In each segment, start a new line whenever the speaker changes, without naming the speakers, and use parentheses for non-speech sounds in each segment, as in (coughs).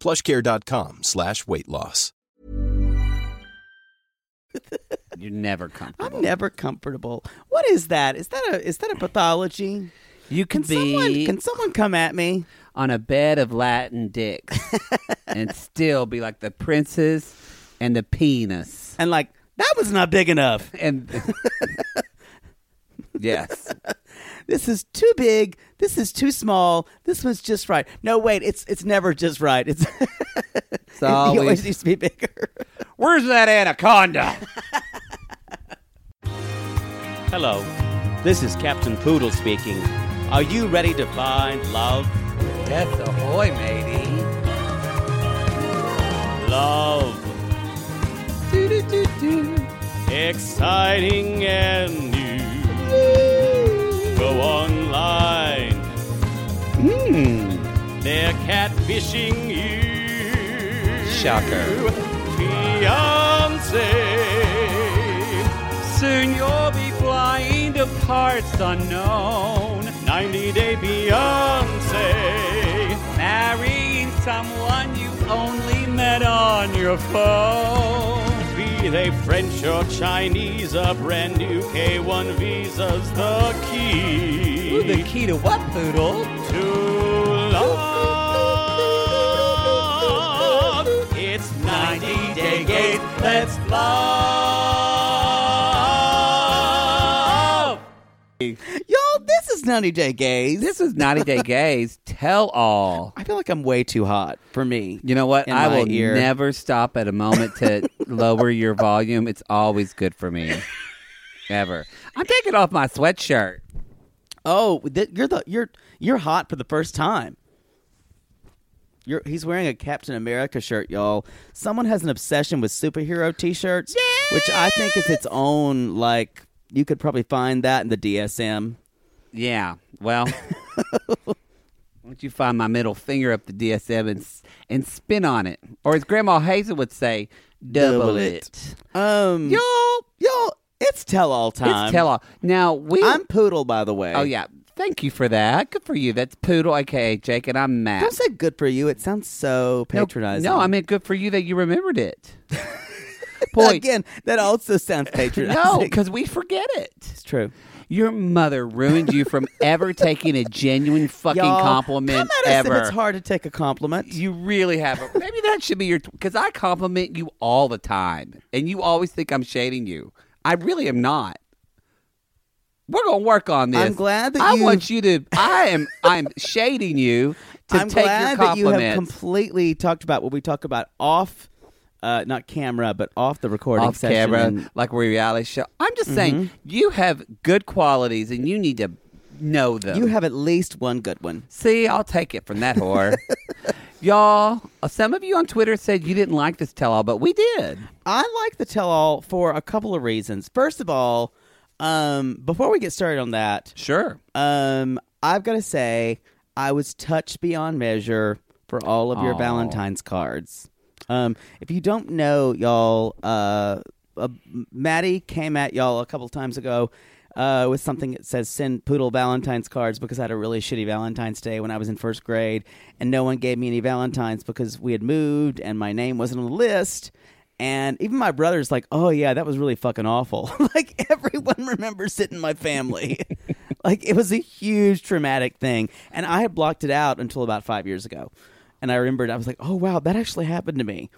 plushcare.com slash weight loss.
You're never comfortable.
Uh-huh.
I'm never comfortable. What is that? Is that a is that a pathology?
You can,
Can someone
be
can someone come at me?
on a bed of Latin
(laughs)
dicks and still be like the princess and the penis.
And like that was not big enough.
And (laughs) yes,
This is too big. This is too small. This one's just right. No, wait. It's it's never just right. It's (laughs)
it's
it always
always.
needs to be bigger.
Where's that anaconda?
Hello, this is Captain Poodle speaking. Are you ready to find love?
That's a hoy, matey.
Love. Exciting and new. Go online. They're catfishing you.
Shocker.
Fiance.
Soon you'll be flying to parts unknown,
90 Day Beyonce.
marrying someone you only met on your phone.
Be they French or Chinese, a brand new K1 visa's the key
Ooh, the key to what, poodle?
to love. It's 90 Day Gate, let's love.
Y'all, this is 90 Day Gays.
This is 90 Day Gays Tell All.
I feel like I'm way too hot for me.
You know what?
In
I
my
will
ear.
never stop at a moment
(laughs)
to lower your volume. It's always good for me. Ever. I'm taking off my sweatshirt.
Oh, th- you're the you're you're hot for the first time. You're, he's wearing a Captain America shirt, y'all. Someone has an obsession with superhero T-shirts, which I think is its own. Like you could probably find that in the DSM.
Yeah.
(laughs)
Well, why don't you find my middle finger up the DSM and, s- and spin on it? Or as Grandma Hazel would say, double,
Double
it.
it. Um,
Y'all,
y'all, it's tell-all time.
it's tell all. Now, we.
I'm poodle, by the way.
oh, yeah. Thank you for that. Good for you. That's Poodle, aka Jake, and I'm Matt.
Don't say good for you. It sounds so
No,
patronizing.
No, I mean good for you that you remembered
(laughs)
it. Boy,
again, that also sounds patronizing.
(laughs) no, because we forget it.
it's true.
Your mother ruined you from ever taking a genuine fucking
Y'all,
compliment
come at us if
ever.
it's hard to take a compliment.
You really have. A, maybe that should be your because I compliment you all the time, and you always think I'm shading you. I really am not. We're gonna work on this.
I'm glad that
I
you-
want you to. I am. I'm shading you to
I'm
take
glad
your
that you
compliments.
have completely talked about what we talk about off, uh, not camera, but off the recording
off
session.
camera,
and- Mm-hmm.
like a reality show. I'm just saying you have good qualities and you need to know them.
you have at least one good one.
See, I'll take it from that
(laughs)
whore. Y'all, uh, some of you on Twitter said you didn't like this tell all, but we did.
I like the tell-all for a couple of reasons. First of all, um, before we get started on that,
Sure.
um, I've got to say I was touched beyond measure for all of your Valentine's cards. Um, if you don't know, y'all, uh, uh, Maddie came at y'all a couple times ago uh, with something that says "Send Poodle Valentine's cards" because I had a really shitty Valentine's Day when I was in first grade, and no one gave me any Valentines because we had moved and my name wasn't on the list. And even my brother's like, oh, yeah, that was really fucking awful. (laughs) like, everyone remembers it in my family. like, it was a huge traumatic thing. And I had blocked it out until about five years ago. And I remembered, I was like, oh, wow, that actually happened to me.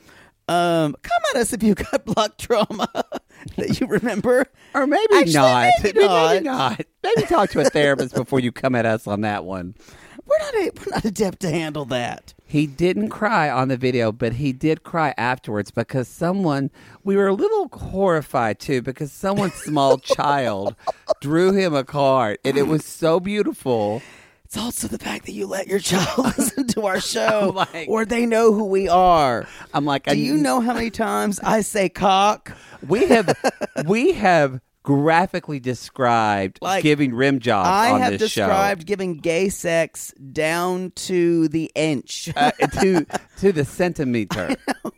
Um, come at us if you got block trauma (laughs) that you remember.
Or maybe
Actually,
not.
maybe
maybe
not.
not. Maybe talk to a therapist before you come at us on that one.
We're not a, we're not adept to handle that.
He didn't cry on the video, but he did cry afterwards because someone, we were a little horrified too, because someone
(laughs)
small child drew him a card and it was so beautiful.
It's also the fact that you let your child (laughs) listen to our show
I'm like-
where they know who we are.
I'm like, I-
Do you know how many times I say cock?
We
(laughs)
have, we have graphically described
Like,
giving rim jobs
I
on
have
this
described giving gay sex down to the inch.
show. Uh, to to the centimeter.
(laughs)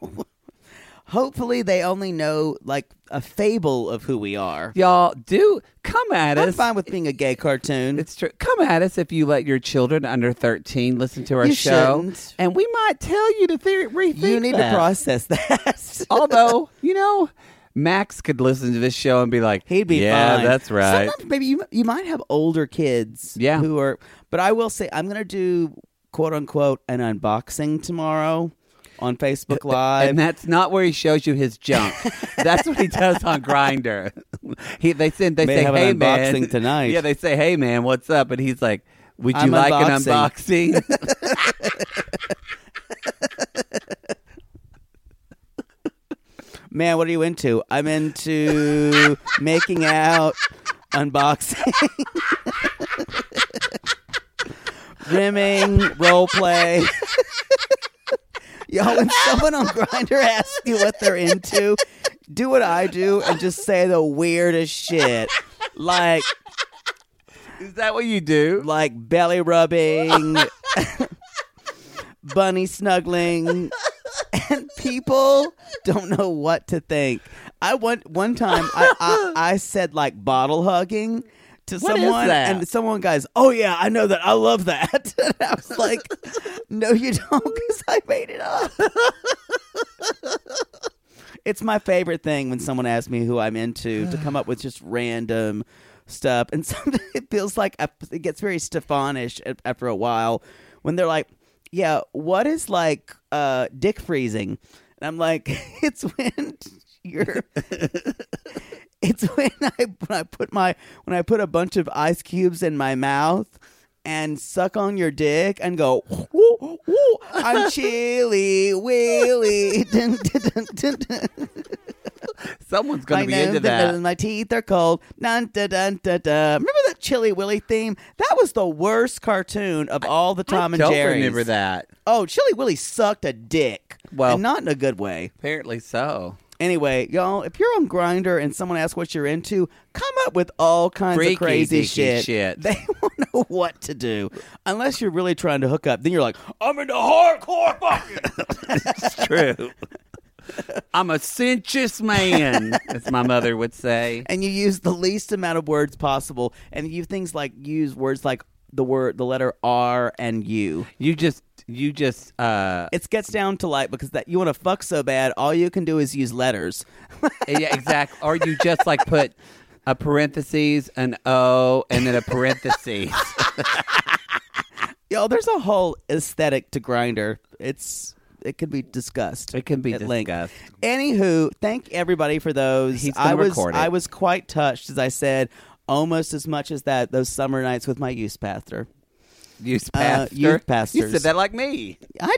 Hopefully, they only know like a fable of who we are.
Y'all do come at
I'm
us.
fine with being a gay cartoon.
It's true. Come at us if you let your children under 13 listen to our
You
show.
shouldn't.
And we might tell you to th- rethink
you need
that. Oh,
to process (laughs) that. (laughs)
Although, you know, Max could listen to this show and be like,
He'd be
yeah,
fine.
that's right.
Sometimes maybe you you might have older kids.
Yeah.
Who are but I will say I'm gonna do quote unquote an unboxing tomorrow on Facebook Live.
and that's not where he shows you his
(laughs)
junk. that's what he does on Grinder. he they send they
May
say,
have an
"Hey man,
unboxing tonight.
Yeah, they say, "Hey man, what's up?" And he's like, "Would you
I'm
like
unboxing."
an
(laughs)
unboxing?" (laughs)
Man, what are you into? I'm into making out, unboxing, rimming, role play. Y'all, when someone on Grinder asks you what they're into, do what I do and just say the weirdest shit. Like
Is that what you do?
like belly rubbing, bunny snuggling, and people don't know what to think. I want one time I I, I said like bottle hugging to
is
someone,
that?
and someone guys, oh yeah, I know that, I love that. (laughs) And I was like, no, you don't, because I made it up. It's my favorite thing when someone asks me who I'm into to come up with just random stuff. And (laughs) sometimes it feels like I- it gets very Stefanish a- after a while when they're like, yeah, what is like uh, dick freezing? And I'm like, (laughs) it's when you're. It's when I when I put my when I put a bunch of ice cubes in my mouth and suck on your dick and go woo, woo, I'm chilly willy. Dun, dun, dun, dun, dun.
Someone's going
I
to be
know
into that.
My teeth are cold. Dun, dun, dun, dun, dun. Remember that Chilly Willy theme? That was the worst cartoon of all the Tom
I
and
don't
Jerry.
remember that.
Oh, Chilly Willy sucked a dick.
Well-
and not in a good way.
Apparently so.
Anyway, y'all, if you're on Grinder and someone asks what you're into, come up with all kinds
Freaky,
of crazy
deaky
shit.
shit.
(laughs) They won't know what to do unless you're really trying to hook up. Then you're like, I'm into hardcore fucking. (laughs)
True. I'm a sensuous man, as my mother would say.
and you use the least amount of words possible, and you things like use words like the word, the letter R and U.
You just, you just, uh,
It gets down to like because that you want to fuck so bad, all you can do is use letters. (laughs)
yeah, exact. Or you just like put a parentheses, an O, and then a
(laughs)
parentheses.
Yo, there's a whole aesthetic to grinder. It's it could be discussed.
It can be
at length.
discussed.
Anywho, thank everybody for those.
He's gonna
I was
record it.
I was quite touched, as I said, almost as much as that those summer nights with my youth pastor.
Youth
Uh,
pastor.
youth
You
pastors.
said that like me.
I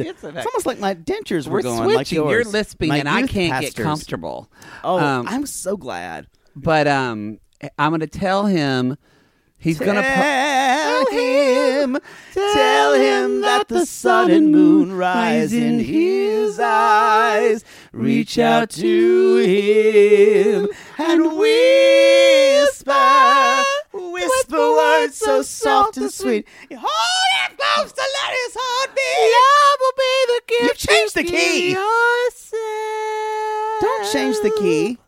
(laughs) It's
it's,
an-
almost like my dentures were,
We're
going.
switching.
Like yours.
You're lisping,
My
and I
youth
can't get
pastors.
comfortable.
Oh,
Um,
I'm so glad.
but um, I'm going to tell him. He's going to.
Tell him, tell him that the sun and moon rise in his eyes. Reach out to him and whisper, whisper words so soft and sweet. Hold it close to let his heart beat. Love will be the gift. You changed the key. Don't change the key.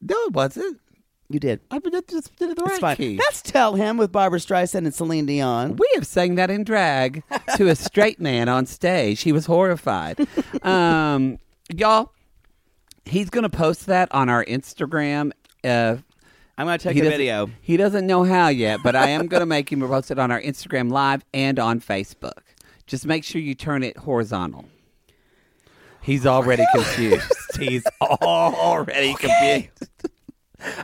No, it wasn't.
You did.
I mean, that just did it the
That's
right
fine.
key.
That's tell him with Barbara Streisand and Celine Dion.
we have sang that in drag to a straight man on stage. He was (laughs) horrified. Um, y'all, he's going to post that on our Instagram. Uh,
I'm gonna take
he doesn't- He doesn't know how yet, but I am going to make him post it on our Instagram live and on Facebook. Just make sure you turn it horizontal. He's already confused. (laughs) He's already confused.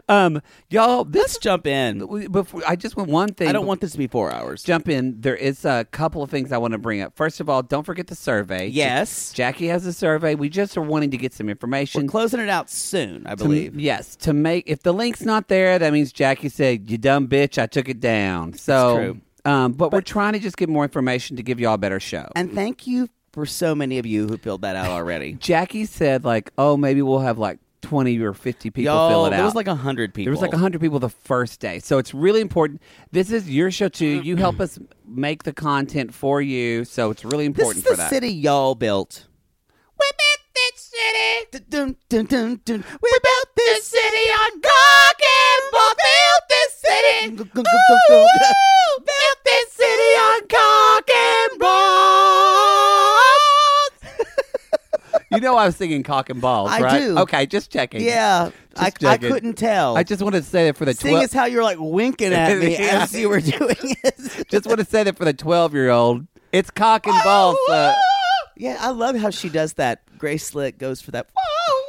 um, y'all, this
Let's jump in.
before I just want one thing.
I don't want this to be four hours.
jump in. There is a couple of things I want to bring up. First of all, don't forget the survey.
Yes.
Jackie has a survey. We just are wanting to get some information.
We're closing it out soon, I
to-
believe.
yes, to make if the link's not there, that means Jackie said, "You dumb bitch, I took it down." So,
true.
Um, but, we're trying to just get more information to give y'all a better show.
And thank you for so many of you who filled that out already.
Jackie said, "Like, oh, maybe we'll have like twenty or fifty people
Y'all,
fill it
there
out."
was like a hundred people.
There was like 100 people the first day. So it's really important. This is your show too. You help us make the content for you. So it's really
This is
important
the
for that.
city y'all built. We built this city. Dun, dun, dun, dun. We built this city on Gog and built this city. built this city on Gog and
(laughs) You know I was singing cock and balls,
I
right?
do.
Okay, just checking.
Yeah,
Just
I, I
checking.
couldn't tell.
I just wanted to say that for the
seeing
twelve.
as how you were like winking at
(laughs)
me
Yeah.
as you were doing it. Oh,
just want to say that for the twelve-year-old. It's cock and balls. uh,
yeah, I love how she does that. Grace Slick goes for that. oh.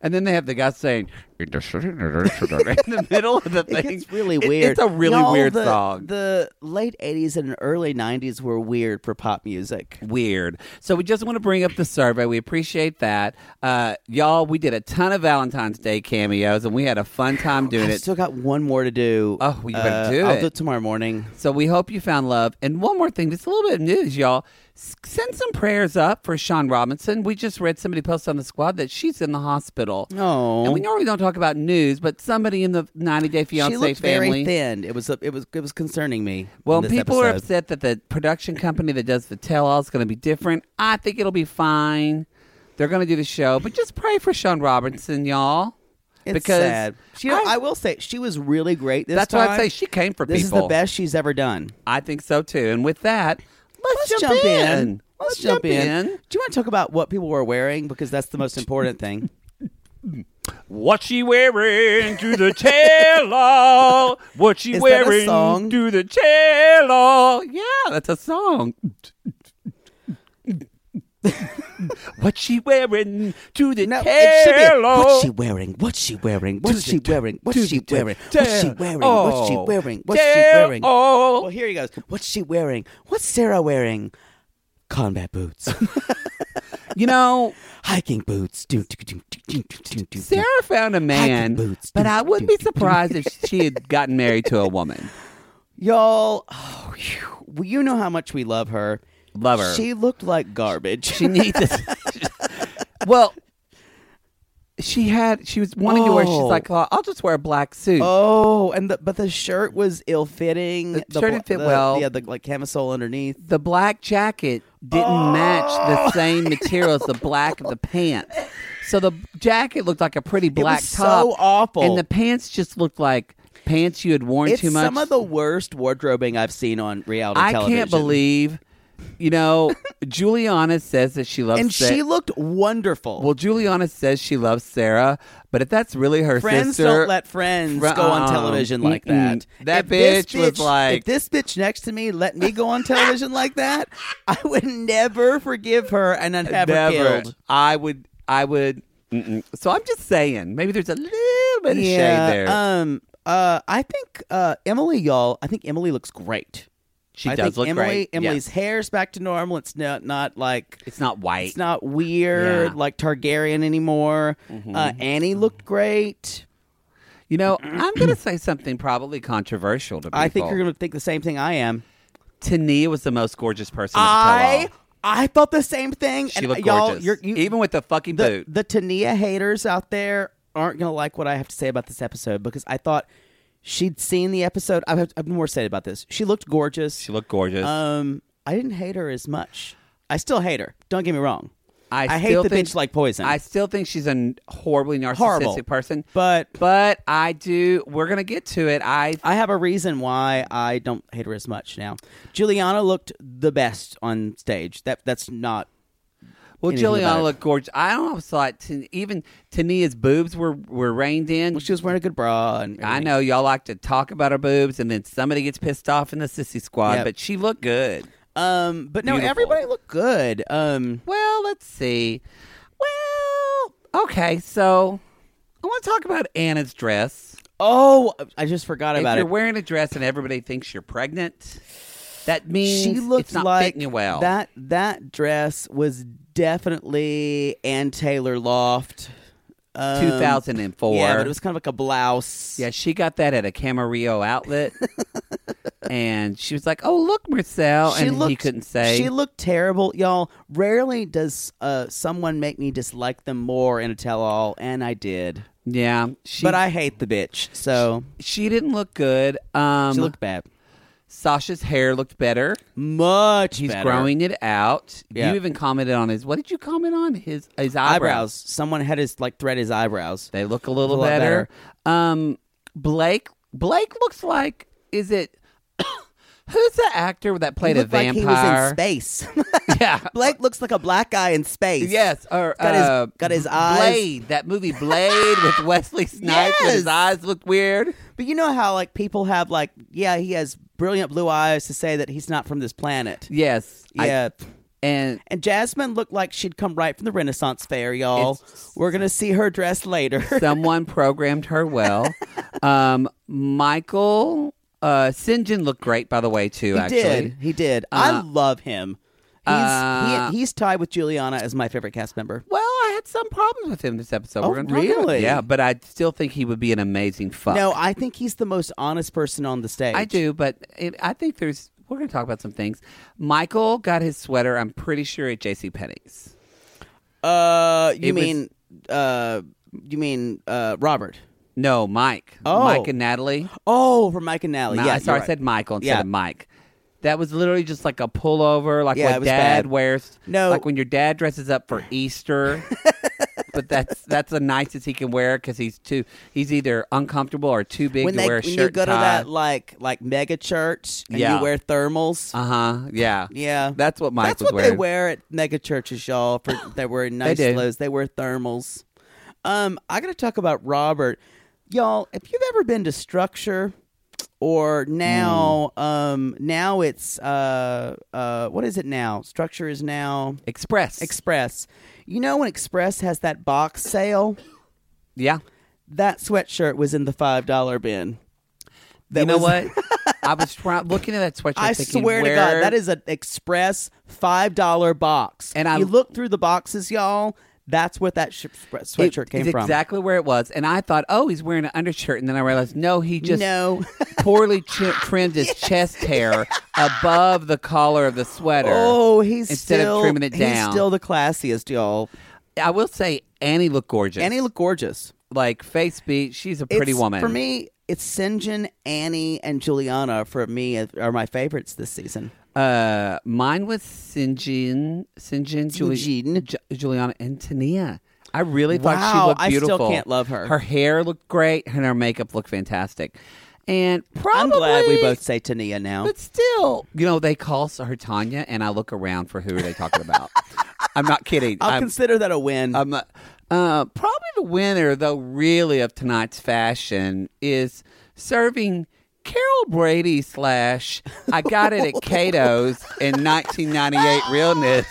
and then they have the guy saying (laughs) in the middle of the
It
thing.
gets really
It-
weird.
it's a really
Y'all,
weird
the,
song.
The late '80s and early '90s were weird for pop music.
weird. So we just want to bring up the survey. We appreciate that. Uh, y'all, we did a ton of Valentine's Day cameos and we had a fun time doing
I
it.
still got one more to do.
Oh, well, you better
Uh,
do
I'll
it.
do it tomorrow morning.
So we hope you found love. And one more thing, just a little bit of news, y'all. S- send some prayers up for Sean Robinson. We just read somebody post on the squad that she's in the hospital.
No.
And we normally don't talk about news, but somebody in the 90 Day Fiance
Oh. she looked
family.
very thin. It was it was it was concerning me.
Well,
in this
people are
episode.
upset that the production company that does the tell all is going to be different. I think it'll be fine. They're going to do the show, but just pray for Sean Robertson, y'all.
It's
because
sad. She, I,
I-
will say she was really great this
That's
time.
why I say she came for
This
people.
is the best she's ever done.
I think so too. And with that, let's,
Let's jump in.
Let's, jump, in.
Do you want to talk about what people were wearing because that's the most
(laughs)
important thing?
What she wearing to the tell all? What she
Is that a
wearing
song?
to the tell all? Yeah, that's a song. what she wearing to the
No, it should be.
tell all?
What's she wearing? What's she wearing? What's she wearing? What's she wearing? What's she wearing? What's she wearing? What's she wearing? Well,
Oh,
here he goes. What's she wearing? What's Sarah wearing?
(laughs)
Combat boots,
you know,
hiking boots. Do, do, do, do, do, do, do,
Sarah found a man,
boots.
but I wouldn't be surprised if she had gotten married to a woman.
Y'all, oh, phew. Well, you know how much we love her.
Love her.
She looked like garbage.
She needs a, (laughs) well, she had she was wanting to wear. She's
Oh.
like, "Oh, I'll just wear a black suit.
(laughs) oh, and the, but the shirt was ill fitting.
The shirt didn't fit well.
Yeah, the like camisole underneath.
The black jacket didn't
Oh.
match the same material as the black of the pants. So the jacket looked like a pretty black
was
top.
so awful.
and the pants just looked like pants you had worn
It's
too much.
some of the worst wardrobing I've seen on reality
I
television.
can't believe, you
(laughs)
know, Juliana says that she loves
And
Sa-
she looked wonderful.
Well, Juliana says she loves Sarah, but if that's really her
friends
sister,
don't let friends
Fri-
go on
uh-uh.
television like
Mm-mm.
that.
That
If this
bitch was like-
if this bitch next to me let me go on television like that, I would never forgive her and I'd have her killed.
I would. I would. Mm-mm. So I'm just saying, maybe there's a little bit of shade there.
Um. Uh. I think uh Emily, y'all. I think Emily looks great.
she
I
does
think
look
Emily,
great.
Emily's
Yes.
hair's back to normal. It's not not like
It's not white.
it's not weird
Yeah.
like Targaryen anymore.
Mm-hmm.
Uh, Annie looked great.
You know, I'm going to say something probably controversial to people.
I think you're gonna think the same thing I am.
Tania was the most gorgeous person. in Tell
I
All.
I felt the same thing.
She
and
looked
y'all,
gorgeous,
You're, you,
even with the fucking
the,
boot.
the Tania haters out there aren't gonna like what I have to say about this episode because I thought she'd seen the episode. I've, I've been more excited about this. She looked gorgeous.
she looked gorgeous.
Um, I didn't hate her as much. I still hate her. Don't get me wrong. I hate
still
the
think-
bitch like poison.
I still think she's a n- horribly narcissistic
Horrible.
person.
But-
but I do. We're gonna get to it. I
I have a reason why I don't hate her as much now. Juliana looked the best on stage. That that's not.
Well,
anything about
Juliana
it.
looked gorgeous. I almost thought t- even Tania's boobs were were reined in.
Well, she was wearing a good bra. And
I
everything.
know y'all like to talk about her boobs, and then somebody gets pissed off in the sissy squad,
Yep.
but she looked good.
Um, but no,
Beautiful.
everybody looked good. Um,
Well, let's see. Well, okay, so I want to talk about Anna's dress.
oh, I just forgot
If
about
you're
it.
wearing a dress and everybody thinks you're pregnant, that means
she looked
it's not
like
fitting you well.
that. That dress was definitely Ann Taylor Loft. Um,
2004.
Yeah, but it was kind of like a blouse.
Yeah, she got that at a Camarillo outlet, and she was like, "Oh, look, Marcel,"
She
and
looked,
he couldn't say.
She looked terrible, y'all. Rarely does uh, someone make me dislike them more in a tell-all, and I did.
yeah, she,
but I hate the bitch, so
she didn't look good. Um,
she looked bad.
Sasha's hair looked better.
Much.
He's
better.
growing it out.
Yeah.
You even commented on his. What did you comment on his his
eyebrows. Someone had his like thread his eyebrows.
They look a little
lot
better. Um, Blake Blake looks like is it (coughs) who's the actor that played
He
a
looked like
vampire?
he was in space. (laughs)
(laughs) Yeah.
Blake looks like a black guy in space.
Yes, or
got his
uh,
got his eyes.
Blade, that movie Blade
(laughs)
with Wesley Snipes, and
Yes.
his eyes looked weird.
But you know how like people have like yeah he has brilliant blue eyes to say that he's not from this planet.
Yes, I-
Yeah.
and
and Jasmine looked like she'd come right from the Renaissance fair, y'all.
It's-
We're gonna see her dressed later. (laughs)
someone programmed her well. Um, Michael uh, Sinjin looked great, by the way, too.
he
actually,
did. He did. I love him. He's
uh,
he, he's tied with Juliana as my favorite cast member.
Well, I had some problems with him this episode.
Oh,
We're gonna talk about it.
really?
Yeah, but I still think he would be an amazing fuck.
No, I think he's the most honest person on the stage.
I do, but it, I think there's. We're gonna talk about some things. Michael got his sweater. I'm pretty sure at J.C. Penney's.
Uh, you
It was-
mean uh, you mean uh, Robert?
No, Mike.
Oh.
Mike and Natalie.
Oh, from Mike and Natalie.
Ma-
yeah,
sorry,
you're
I said
right.
Michael instead
Yeah.
of Mike. That was literally just like a pullover, like
Yeah, it
what
was
dad
bad.
wears.
No.
like when your dad dresses up for
(laughs)
Easter. but that's that's the nicest he can wear because he's too he's either uncomfortable or too big
When
to
they
wear a
when
shirt.
you go to
tie.
that like like mega church and
Yeah.
you wear thermals.
Uh huh. Yeah.
yeah,
That's what Mike
That's
was
what
wearing.
they wear at mega churches, y'all.
(laughs)
For they wear nice
do.
clothes. They wear thermals. Um, I gotta talk about Robert, y'all. If you've ever been to Structure, or now,
Hmm.
um, now it's uh, uh, what is it now? Structure is now
Express.
Express. You know when Express has that box sale,
yeah.
that sweatshirt was in the five dollar bin. That
you know
was-
what?
(laughs)
I was trying looking at that sweatshirt.
I
thinking,
swear to
where-
God, that is an Express five dollar box.
And I-
you look through the boxes, y'all. That's where that sh-
it-
sweatshirt came
it's
from.
Exactly where it was. And I thought, oh, he's wearing an undershirt. And then I realized, no, he just
No.
(laughs) poorly ch- trimmed
(laughs)
his chest hair above the collar of the sweater.
Oh, he's
instead
still,
of trimming it down.
He's still the classiest, y'all.
I will say, Annie looked gorgeous.
And he looked gorgeous.
like face beat. She's a pretty
It's-
woman
For me, it's Sinjin, Annie, and Juliana. For me, are my favorites this season.
Uh, mine was Sinjin, Sinjin, Juli-
Sinjin.
Ju- Juliana, and Tania. I really thought
Wow,
she looked
I still
beautiful.
can't love her.
Her hair looked great, and her makeup looked fantastic. And probably,
I'm glad we both say Tania now.
But still, Um, you know, they call her Tanya, and I look around for who are they talking about. (laughs) I'm not kidding.
I'll
I'm-
consider that a win.
I'm not- uh, probably the winner, though, really of tonight's fashion is serving Carol Brady slash I got it at (laughs) Cato's in 1998 (laughs) realness.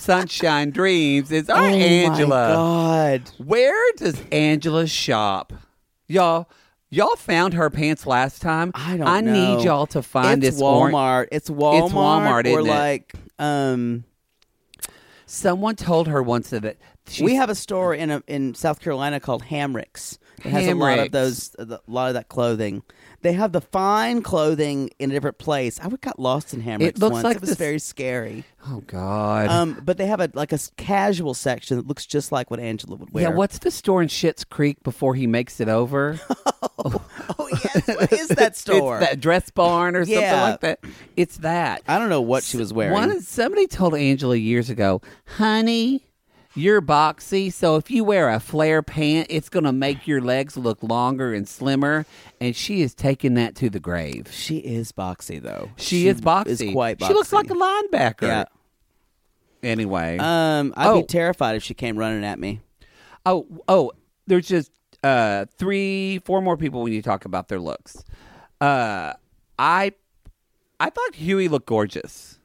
Sunshine Dreams is our
oh My
Angela.
God.
Where does Angela shop, y'all? Y'all found her pants last time.
I don't.
I
know.
need y'all to find
it's
this
Walmart.
orange-
It's Walmart.
Walmart,
or
isn't it?
like um,
Someone told her once that she's
we have a store in a, in South Carolina called Hamricks. It has a lot
Hamrick's.
of those, a lot of that clothing. They have the fine clothing in a different place. I would got lost in Hamricks.
looks
once.
like
it was
this-
very scary.
Oh God.
Um, but they have a like a s- casual section that looks just like what Angela would wear.
Yeah, what's the store in Schitt's Creek before he makes it (laughs) over?
(laughs) Oh yes, what is that store?
(laughs) It's that dress barn or
Yeah.
something like that. It's that.
I don't know what she was wearing.
One somebody told Angela years ago, "Honey, you're boxy, so if you wear a flare pant, it's going to make your legs look longer and slimmer." And she is taking that to the grave.
she is boxy though.
She, is boxy.
quite boxy.
She looks like a linebacker.
Yeah.
Anyway.
Um, I'd
Oh.
be terrified if she came running at me.
Oh, oh, there's just uh, three, four more people we need to talk about their looks. Uh, I I thought Huey looked
(laughs)
gorgeous.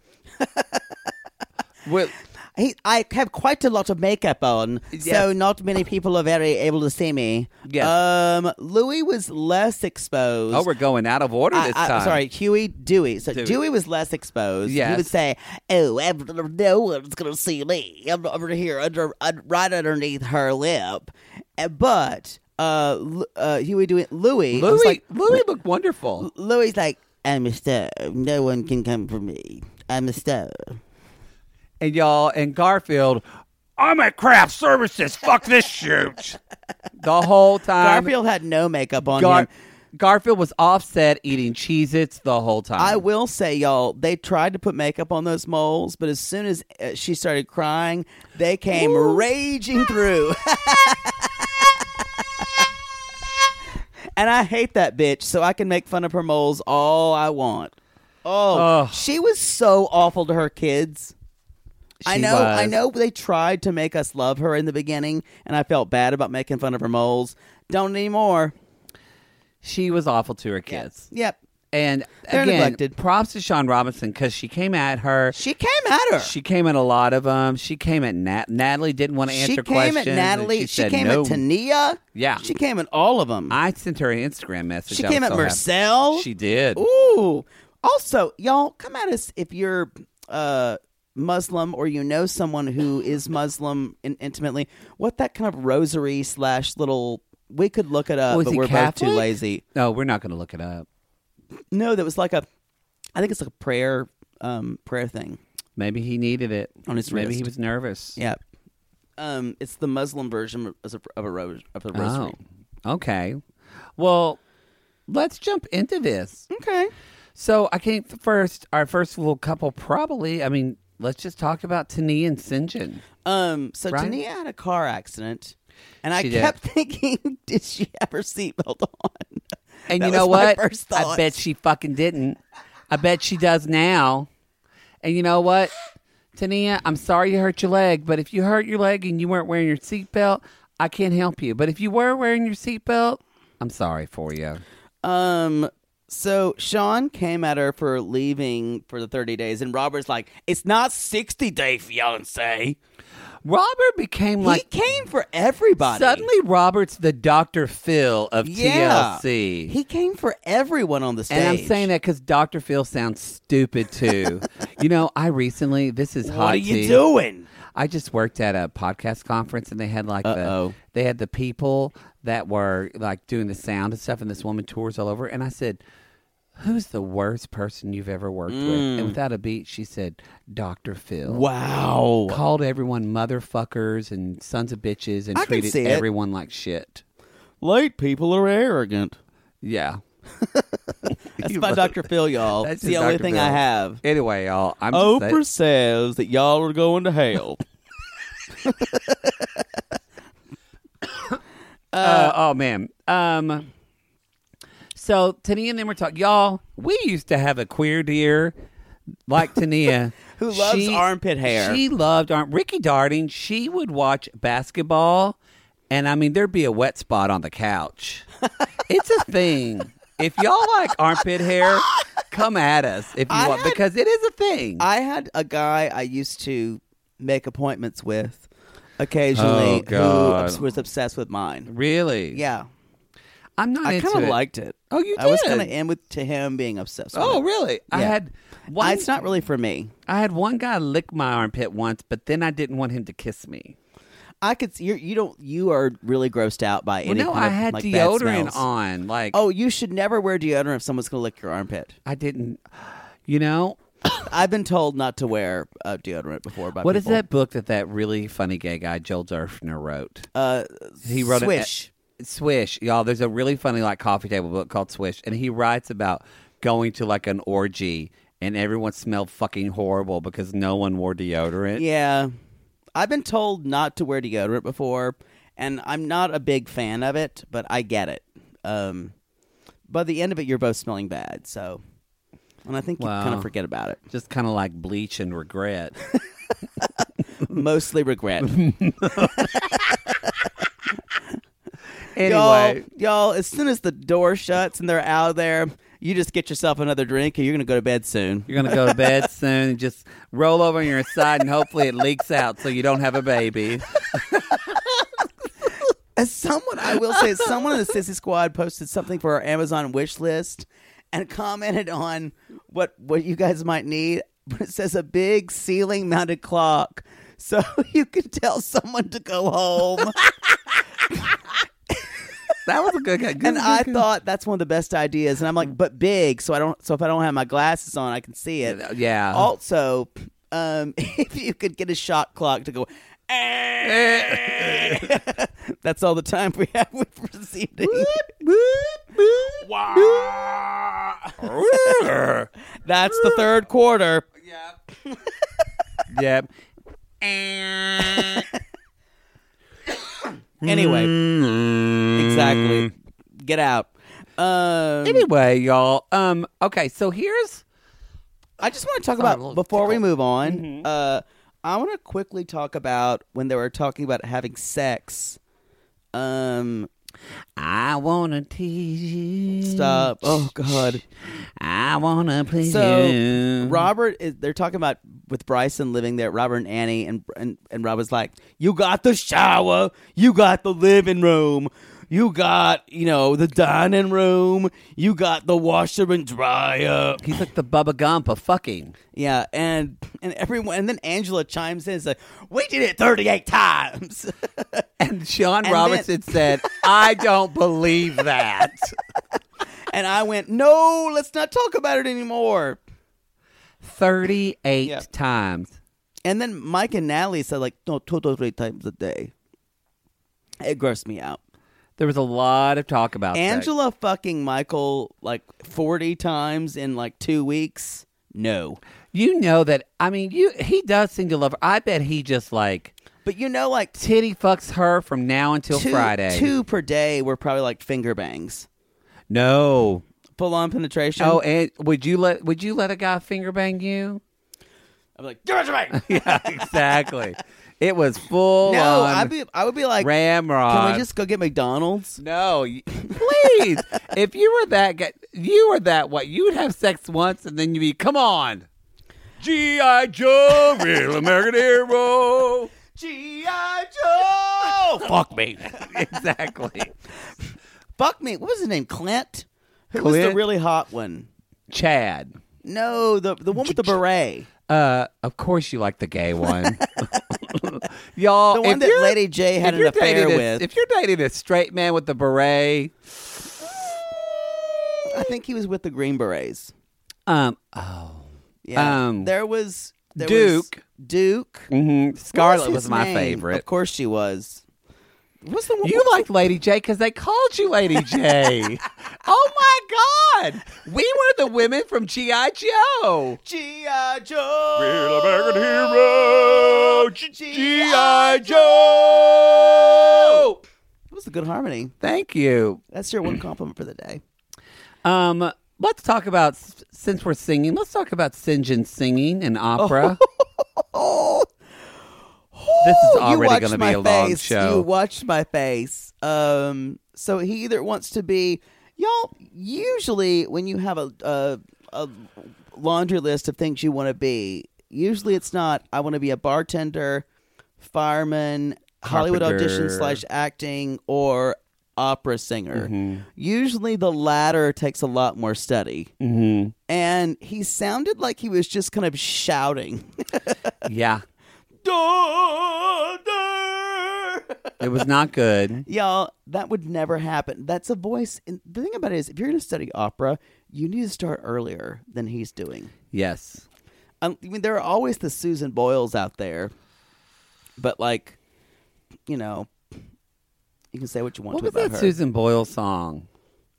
Well,
He, I have quite a lot of makeup on, so
Yes.
not many people are very able to see me.
Yes.
Um, Louis was less exposed.
oh, we're going out of order
I-
this
I-
time.
sorry, Huey Dewey. So
Dewey.
Dewey, was less exposed. He
Yes.
would say, "Oh, ev- no one's gonna see me. I'm over here, under, un- right underneath her lip." Uh, But uh, Lu- uh, Huey Dewey, Louis,
Louis.
was like,
Louis looked wonderful.
Louis, like, I'm a star. No one can come for me. I'm a star.
and y'all and Garfield.
I'm at craft services. Fuck this
(laughs)
shoot.
The whole time,
Garfield had no makeup on
Gar-
him.
Garfield was offset eating Cheez-Its the whole time.
I will say, y'all, they tried to put makeup on those moles, but as soon as uh, she started crying, they came raging through. (laughs) and I hate that bitch, so I can make fun of her moles all I want. Oh, she was so awful to her kids. I
She
know, I
was.
know they tried to make us love her in the beginning, and I felt bad about making fun of her moles. Don't anymore.
She was awful to her kids.
Yep.
And
They're
again,
neglected.
props to Sean Robinson because she came at her.
She came at her.
She came at a lot of them. She came at Nat. Natalie didn't want to answer
she came
questions.
at
and
Natalie.
She,
She,
said
came
no.
at Tania.
Yeah.
She came at all of them.
I sent her an Instagram message.
she
I was
came at
so happy.
Marcel.
She did.
Ooh. Also, y'all come at us if you're uh, Muslim or you know someone who is Muslim in- intimately. What that kind of rosary slash little. We could look it up,
Was
but
Oh, he
we're both
Catholic?
too lazy.
No, we're not going to look it up.
No, that was like a. I think it's like a prayer, um, prayer thing.
Maybe he needed it.
On his
Maybe
wrist.
he was nervous.
Yeah. Um, it's the Muslim version of a, of a, ro- of a rosary.
Oh, okay. Well, let's jump into this.
Okay.
So I think first, our first little couple probably, I mean, let's just talk about Tani and Sinjin.
Um, so
Right?
Tania had a car accident, and
She
I
did.
kept (laughs) thinking, did she have her seatbelt on?
And
That
you know
was my
what?
first
I
thought.
bet she fucking didn't. I bet she does now. And you know what? Tania, I'm sorry you hurt your leg, but if you hurt your leg and you weren't wearing your seatbelt, I can't help you. But if you were wearing your seatbelt, I'm sorry for you.
Um, so Sean came at her for leaving for the thirty days, and Robert's like, it's not sixty day fiance.
Robert became like
he came for everybody.
Suddenly, Robert's the Dr. Phil of
yeah,
TLC.
he came for everyone on the stage.
and I'm saying that because Dr. Phil sounds stupid
(laughs)
too. you know, I recently, this is hot
what are you
tea.
doing?
I just worked at a podcast conference and they had like
Uh-oh.
the they had the people that were like doing the sound and stuff and this woman tours all over and I said, Who's the worst person you've ever worked with?
Mm.
And without a beat, she said, Dr. Phil.
Wow.
Called everyone motherfuckers and sons of bitches and
I can
treated
see it.
everyone like shit.
Late people are arrogant.
Yeah.
That's by Dr. Phil, y'all. That's
That's
the
just
only
Dr.
thing
Phil.
I have.
Anyway, y'all, I'm just saying-
Oprah says that y'all are going to hell.
Uh, oh man. Um. So Tania and them were talking. Y'all, we used to have a queer deer
(laughs)
like Tania,
Who loves armpit hair.
She loved arm. Ricky Darting. She would watch basketball, and I mean, there'd be a wet spot on the
(laughs)
couch. it's a thing. If y'all like armpit hair, come at us if you
I
want,
had-
because it is a thing.
(laughs) I had a guy I used to make appointments with occasionally
Oh, God.
who was obsessed with mine.
really?
Yeah.
I'm not.
I
into
kind of
it.
liked it.
Oh, you
I was
did?
going to end with to him being obsessed with
Oh,
it.
really? I
Yeah.
had.
Why?
one-
It's not really for me.
I had one guy lick my armpit once, but then I didn't want him to kiss me.
I could you you don't you are really grossed out by
Well,
any
no,
kind
I
of,
had
like, bad
deodorant
smells.
on. Like,
Oh, you should never wear deodorant if someone's going to lick your armpit.
I didn't. You know
I've been told not to wear uh, deodorant before by
what is
people.
that book that that really funny gay guy Joel Durfner wrote?
Uh,
he wrote an-
Swish.
Swish, y'all. There's a really funny like coffee table book called Swish, and he writes about going to like an orgy and everyone smelled fucking horrible because no one wore deodorant.
Yeah. I've been told not to wear deodorant before, and I'm not a big fan of it, but I get it. Um, by the end of it, you're both smelling bad, so. And I think you kind
Wow.
of forget about it.
Just kind of like bleach and (laughs) regret. (laughs)
Mostly regret.
Anyway.
Y'all, y'all, as soon as the door shuts and they're out of there, you just get yourself another drink and you're gonna go to bed soon.
You're gonna go to
(laughs)
bed soon and just roll over on your side and hopefully it leaks out so you don't have a baby.
As someone, I will say, someone in the Sissy Squad posted something for our Amazon wish list and commented on what what you guys might need. But it says a big ceiling mounted clock, so (laughs) you can tell someone to go home.
(laughs) That was a good guy.
and I thought that's one of the best ideas. And I'm like, but big, so I don't. So if I don't have my glasses on, I can see it.
Yeah.
Also, um, (laughs) if you could get a shot clock
(laughs)
to go. (laughs) that's all the time we have with proceeding. That's the third quarter.
(laughs) Yep.
Anyway, exactly. Get out. Um,
Anyway, y'all. Um. Okay. So here's.
I just want to talk
a
about
little Mm-hmm.
before we move on. Uh, I want to quickly talk about when they were talking about having sex. Um,
I wanna tease you.
stop. Oh God.
I wanna please
So
you.
Robert is. They're talking about with Bryson living there. Robert and Annie and and and Rob was like, "You got the shower. You got the living room." You got, you know, the dining room. You got the washer and dryer.
He's like the Bubba Gump of fucking.
Yeah, and and everyone, and then Angela chimes in. It's like we did it thirty eight times. (laughs)
And Sean
then-
Robinson said, I don't believe that.
(laughs) and I went, no, let's not talk about it anymore.
38
Yeah.
times.
And then Mike and Natalie said like, no, two to three times a day. It grossed me out.
There was a lot of talk about sex.
Angela fucking Michael like forty times in like two weeks. No,
You know that, I mean, you he does seem to love her. I bet he just like
but you know, like
titty fucks her from now until
two,
Friday.
two per day were probably like finger bangs,
No.
full on penetration.
Oh, and would you let would you let a guy finger bang you?
I'm like, give it to me.
(laughs) yeah, (laughs) exactly. It was full
No,
on
I'd be, I would be like,
ramrod.
Can we just go get McDonald's?
No, y- please. if you were that guy, you were that way. You would have sex once, and then you'd be, come on, GI Joe, real American hero.
G.I. Joe!
Fuck me. exactly.
Fuck me. What was his name? Clint? Who was the
Clint?
really hot one?
Chad.
No, the the one with the beret.
Uh, of course you like the gay one, (laughs) y'all.
The one
Oh, if
that
you're-
Lady J had
if
an
you're
affair
dating a-
with.
If you're dating a straight man with the beret,
I think he was with the Green Berets.
um,
Yeah.
Um,
there was there
Duke.
Was Duke.
mhm,
What
Scarlet
his
was my
name?
favorite.
Of course she was. What's the one?
You like Lady J because they called you Lady J. oh my God. We were the women from G.I. Joe.
G.I. Joe.
Real American hero.
G.I.
Joe.
That was a good harmony.
Thank you.
That's your one compliment for the day.
Um, let's talk about, since we're singing, let's talk about Sinjin singing and opera.
Oh. (laughs)
This is
Ooh, Oh. you
already
watched
going to be
my
a long
face.
show.
You watched my face. Um, so he either wants to be y'all. Usually, when you have a a, a laundry list of things you want to be, usually it's not. I want to be a bartender, fireman, Hollywood audition
Carpenter.
slash acting, or opera singer.
Mm-hmm.
Usually, the latter takes a lot more study.
Mm. Mm-hmm.
And he sounded like he was just kind of shouting.
yeah,
Daughter.
it was not good.
Y'all, that would never happen. That's a voice. And the thing about it is, if you're going to study opera, you need to start earlier than he's doing.
Yes.
Um, I mean, there are always the Susan Boyles out there, but like, you know, you can say what you want
What
to
was
about
that
her.
Susan Boyle song?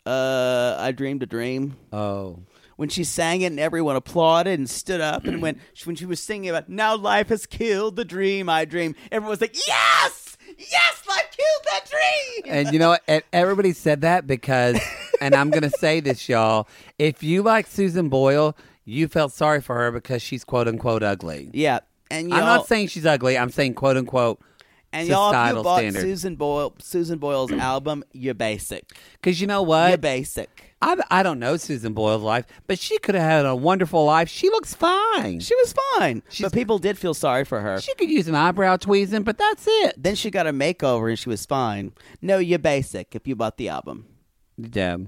Uh, I dreamed a dream
Oh.
when she sang it, and everyone applauded and stood up
(clears throat)
and went. When she was singing about now life has killed the dream I dream, everyone was like, yes, yes, life killed that dream.
And you know, what? and everybody said that
(laughs)
because, and I'm going to say this, y'all. If you like Susan Boyle, you felt sorry for her because she's quote unquote ugly.
Yeah, and y'all,
I'm not saying she's ugly. I'm saying quote unquote
And y'all, if you
societal
bought
standards.
Susan Boyle,
(clears throat)
Susan Boyle's album, you're basic.
Because you know
You're
what?
basic.
I, I don't know Susan Boyle's life, but she could have had a wonderful life. She looks fine. She,
She was fine,
She's-
but people did feel sorry for her.
could use an eyebrow tweezing, but that's it.
then she got a makeover and she was fine. No, you're basic. If you bought the album,
Yeah.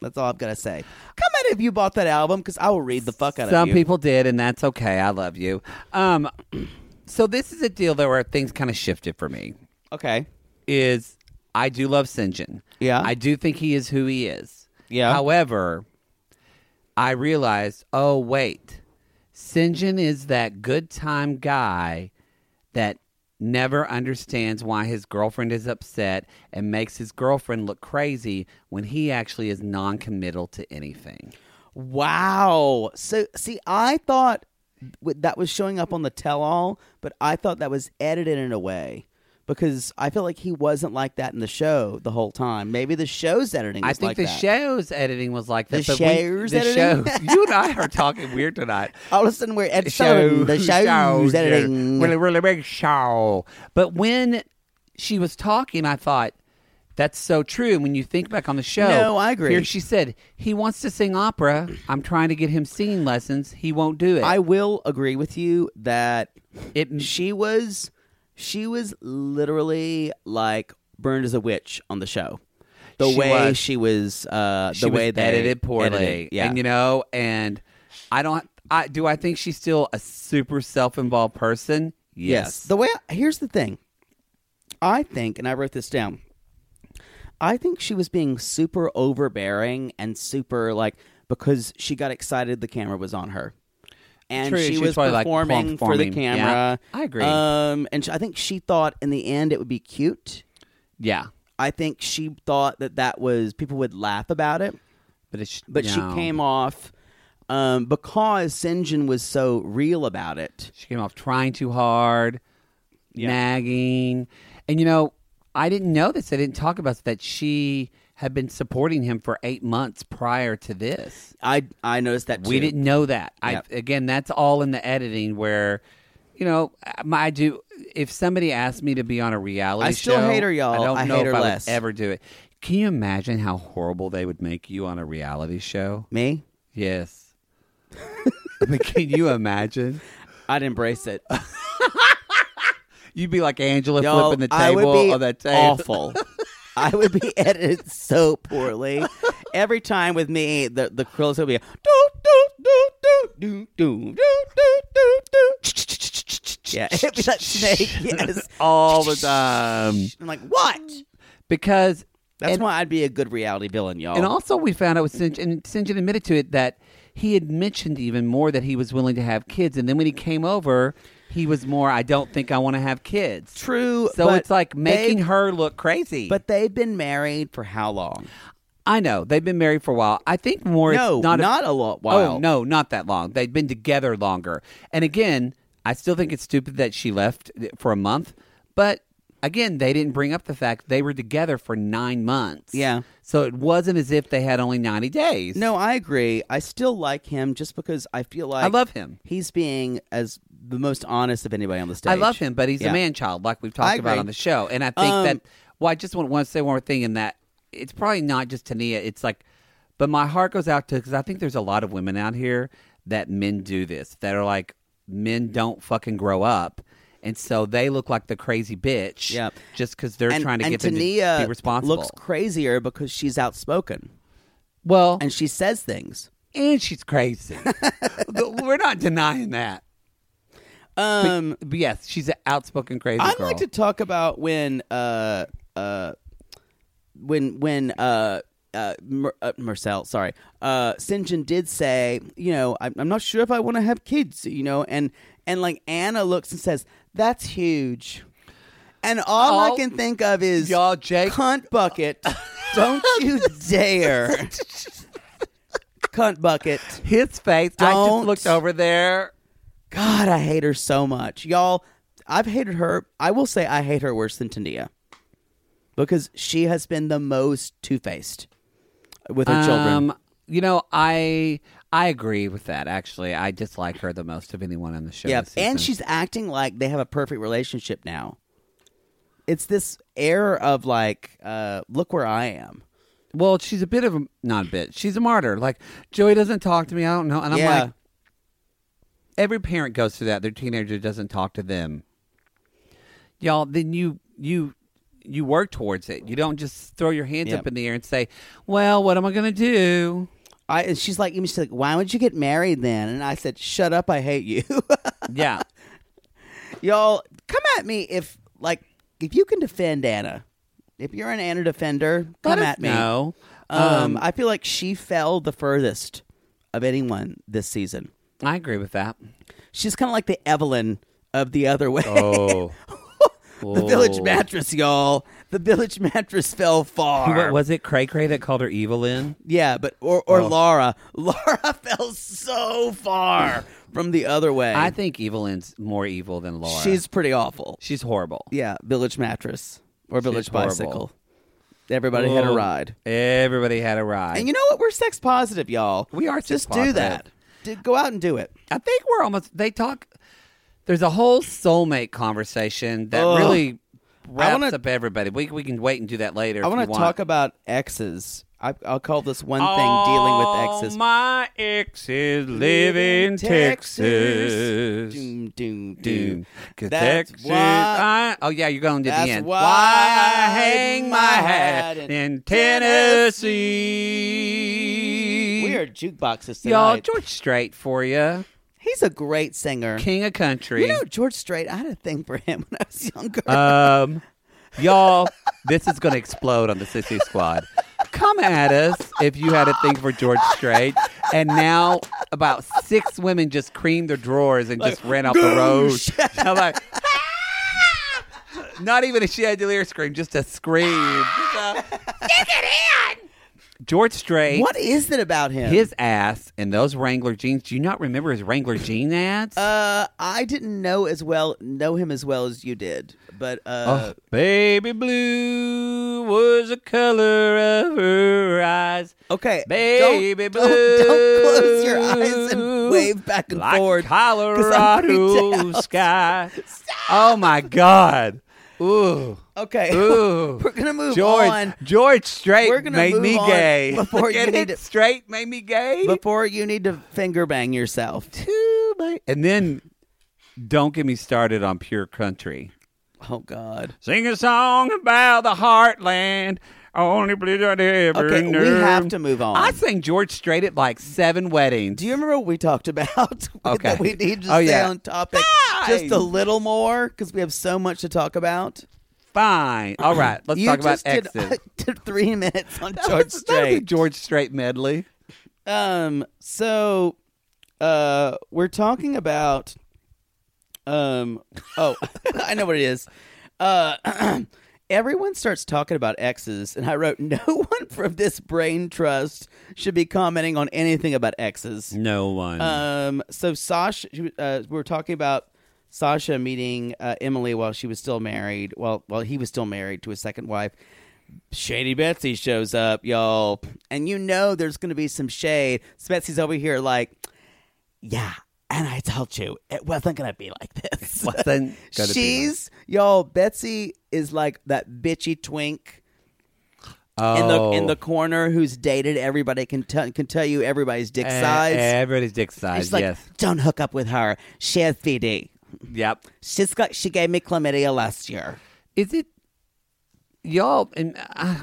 that's all I've got to say. Comment if you bought that album because I will read the fuck out
Some
of you.
people did, and that's okay. I love you. Um, (clears throat) so this is a deal though where things kind of shifted for me.
Okay.
Is I do love St. John.
Yeah.
I do think he is who he is.
Yeah.
However, I realized, oh wait, St. John is that good time guy that never understands why his girlfriend is upset and makes his girlfriend look crazy when he actually is non-committal to anything.
Wow. So, see, I thought w- that was showing up on the tell all, but I thought that was edited in a way because I feel like he wasn't like that in the show the whole time. Maybe the show's editing
I
was
think
like
the
that.
show's editing was like that.
The
but we-
show's
the
editing?
shows- (laughs) you and I are talking weird tonight.
All of a sudden, we're Ed
(laughs)
Sullivan, (laughs) the show's,
yeah.
editing.
Really, really big show. But when she was talking, I thought, that's so true. And when you think back on the show,
No, I agree.
Here she said, he wants to sing opera. I'm trying to get him singing lessons. He won't do it.
I will agree with you that
It-
she was she was literally like burned as a witch on the show. The
She
way
was.
she was, uh,
she
the way
was
they
edited poorly.
edited, yeah,
And you know, and I don't. I do. I think she's still a super self-involved person. Yes.
The way here's the thing. I think, and I wrote this down. I think she was being super overbearing and super like because she got excited the camera was on her. And
True,
she,
she was
was
probably, like,
performing, for the
performing.
camera.
Yeah, I agree.
Um, and she, I think she thought in the end it would be cute.
yeah.
I think she thought that that was people would laugh about it,
But it's
but
no.
she came off um, because Sinjin was so real about it.
She came off trying too hard, nagging. And, you know, I didn't know this. I didn't talk about that she had been supporting him for eight months prior to this.
I I noticed that
We
too.
didn't know that.
Yep.
I Again, that's all in the editing where, you know, my, I do. If somebody asked me to be on a reality
I still
show,
hate her, y'all.
I don't
I
know
hate
if
her
I
less.
would ever do it. Can you imagine how horrible they would make you on a reality
(laughs)
show?
me.
Yes. (laughs) I mean, can you imagine?
I'd
(laughs)
embrace it.
You'd be like Angela
Y'all,
flipping the
I
table
would be
on that table. (laughs)
awful. I would be edited so poorly. Every time with me, the the krills would be do do do do do do do do do do. Yeah, it'd be
(laughs)
like snake. Yes,
all the time.
I'm like what?
Because
That's
and,
why I'd be a good reality villain, y'all.
and also we found out with Sinjin and Sinjin admitted to it that he had mentioned even more that he was willing to have kids and then when he came over he was more I don't think I want to have kids.
True,
So
but
it's like making
they-
her look crazy.
but they've been married for how long?
I know they've been married for a while. I think more. it's
No,
not
not a lo- while.
Oh no, not that long. They've been together longer. And again, I still think it's stupid that she left for a month. But again, they didn't bring up the fact they were together for nine months.
Yeah.
So it wasn't as if they had only ninety days.
No, I agree. I still like him just because I feel like
I love him.
He's being as the most honest of anybody on the stage.
I love him, but he's
Yeah.
a man child, like we've
I
talked
agree.
about on the show. And I think
Um,
that. Well, I just want, want to say one more thing in that it's probably not just Tania. It's like, but my heart goes out to because I think there's a lot of women out here that men do this that are like men don't fucking grow up. And so they look like the crazy bitch,
Yep.
just because they're
and,
trying to
and
get them
Tania
to be responsible.
looks crazier because she's outspoken
well,
and she says things.
and she's
(laughs)
crazy. We're not denying that.
Um,
But yes, she's an outspoken crazy
I'd
girl.
like to talk about when uh uh when when uh uh, Mer- uh Marcel, sorry. Uh St. John did say, you know, I'm, I'm not sure if I want to have kids, you know, and and like Anna looks and says, "That's huge." And all I
Oh,
can think of is
y'all, Jake- (laughs)
cunt bucket. Don't you dare. cunt bucket.
His face. I
Don't.
just looked over there.
God, I hate her so much. Y'all, I've hated her. I will say I hate her worse than Tania because she has been the most two faced with her children.
Um, you know, I I agree with that. Actually, I dislike her the most of anyone on the show.
Yeah.
this season.
And she's acting like they have a perfect relationship now. it's this air of like, uh, look where I am.
Well, she's a bit of a not a bit. She's a martyr. Like Joey doesn't talk to me. I don't know, and I'm
Yeah.
like, every parent goes through that. Their teenager doesn't talk to them. Y'all, then you you you work towards it. You don't just throw your hands
Yeah.
up in the air and say, "Well, what am I going to do?"
I and she's like, she's like, why would you get married then? And I said, shut up, I hate you. (laughs)
Yeah,
Y'all, come at me if like if you can defend Anna. If you're an Anna defender, come
Let us
at me.
know.
Um, I feel like she fell the furthest of anyone this season.
I agree with that.
She's kind of like the Evelyn of the other way. (laughs)
Oh,
the village mattress, y'all. The village (laughs) mattress fell far.
what Oh. was it? Cray Cray that called her evil in.
Yeah, but or or Laura. (laughs) Laura fell so far from the other way.
I think Evelyn's more evil than Laura.
she's pretty awful.
she's horrible.
Yeah, village mattress or village
horrible.
bicycle. Everybody had a
Whoa.
ride.
Everybody had a ride.
And you know what? We're sex positive, y'all.
We are sex
Just do
positive.
that. D- go out and do it.
I think we're almost. They talk. There's a whole soulmate conversation that
Ugh.
really wraps
wanna-
up everybody. We we can wait and do that later.
I
if you
want
want
to talk about exes. I, I'll call this one thing dealing with exes.
Oh, my exes live in Texas.
Doom, doom, doom.
Dude, 'cause
That's
Texas,
why-
I- oh yeah, you're going to
That's
the end.
why
I
I
hang my hat in Tennessee.
We are jukeboxes tonight.
y'all. George Strait for you,
He's a great singer.
king of country.
You know, George Strait, I had a thing for him (laughs) when I was younger.
Um, y'all, this is going to explode on the Sissy Squad. Come at us if you had a thing for George Strait. And now about six women just creamed their drawers and just ran off the road. (laughs) I'm like, "Ah!" not even a chandelier scream, just a scream. Just a, George Strait,
what is it about him?
his ass and those Wrangler jeans. Do you not remember his Wrangler jean ads?
uh, I didn't know as well know him as well as you did, but
Oh,
uh,
baby blue was the color of her eyes.
okay,
Oh. Baby
Oh, don't,
blue.
Don't, don't close your eyes and wave back and
like
forward. 'cause I'm
Colorado
freaked out.
sky. Oh my God. Ooh.
Okay,
Ooh.
(laughs) we're gonna move
George,
on.
George
We're
Strait
gonna
made
move
me
on
gay.
(laughs) before you
Get
need
it?
to-
Straight made me gay.
Before you need to finger
(laughs)
bang yourself.
Too late. And then don't get me started on pure country.
Oh God.
Sing a song about the heartland. Only bleed I ever
Okay, we
knew.
have to move on.
I sang George Strait at like seven weddings.
Do you remember what we talked about? (laughs)
Okay.
that we need to
Oh,
stay
yeah.
on topic just a
Fine.
little more because we have so much to talk about.
Fine. All (clears throat) right. Let's
you
talk about
just did,
exes. (laughs)
(laughs) did three minutes on
That
George
was- that was a
Strait.
George Strait medley.
Um, so, uh, we're talking about, um, oh, (laughs) I know what it is. Uh, (clears throat) everyone starts talking about exes, and I wrote, (laughs) no one from this brain trust should be commenting on anything about exes.
No one.
Um. So Sasha, she was- uh, we were talking about Sasha meeting uh, Emily while she was still married. While while he was still married to his second wife. Shady Betsy shows up, y'all, and you know there's going to be some shade. So Betsy's over here like, yeah, and I told you it wasn't going to be like this.
Wasn't gonna be
(laughs) She's y'all. Betsy is like that bitchy twink. In the
Oh.
in the corner, who's dated everybody can tell can tell you everybody's dick
Eh,
size.
E- Everybody's dick
And
size.
She's like,
yes.
don't hook up with her. She has VD.
Yep.
She's got. She gave me chlamydia last year.
Is it y'all? And I,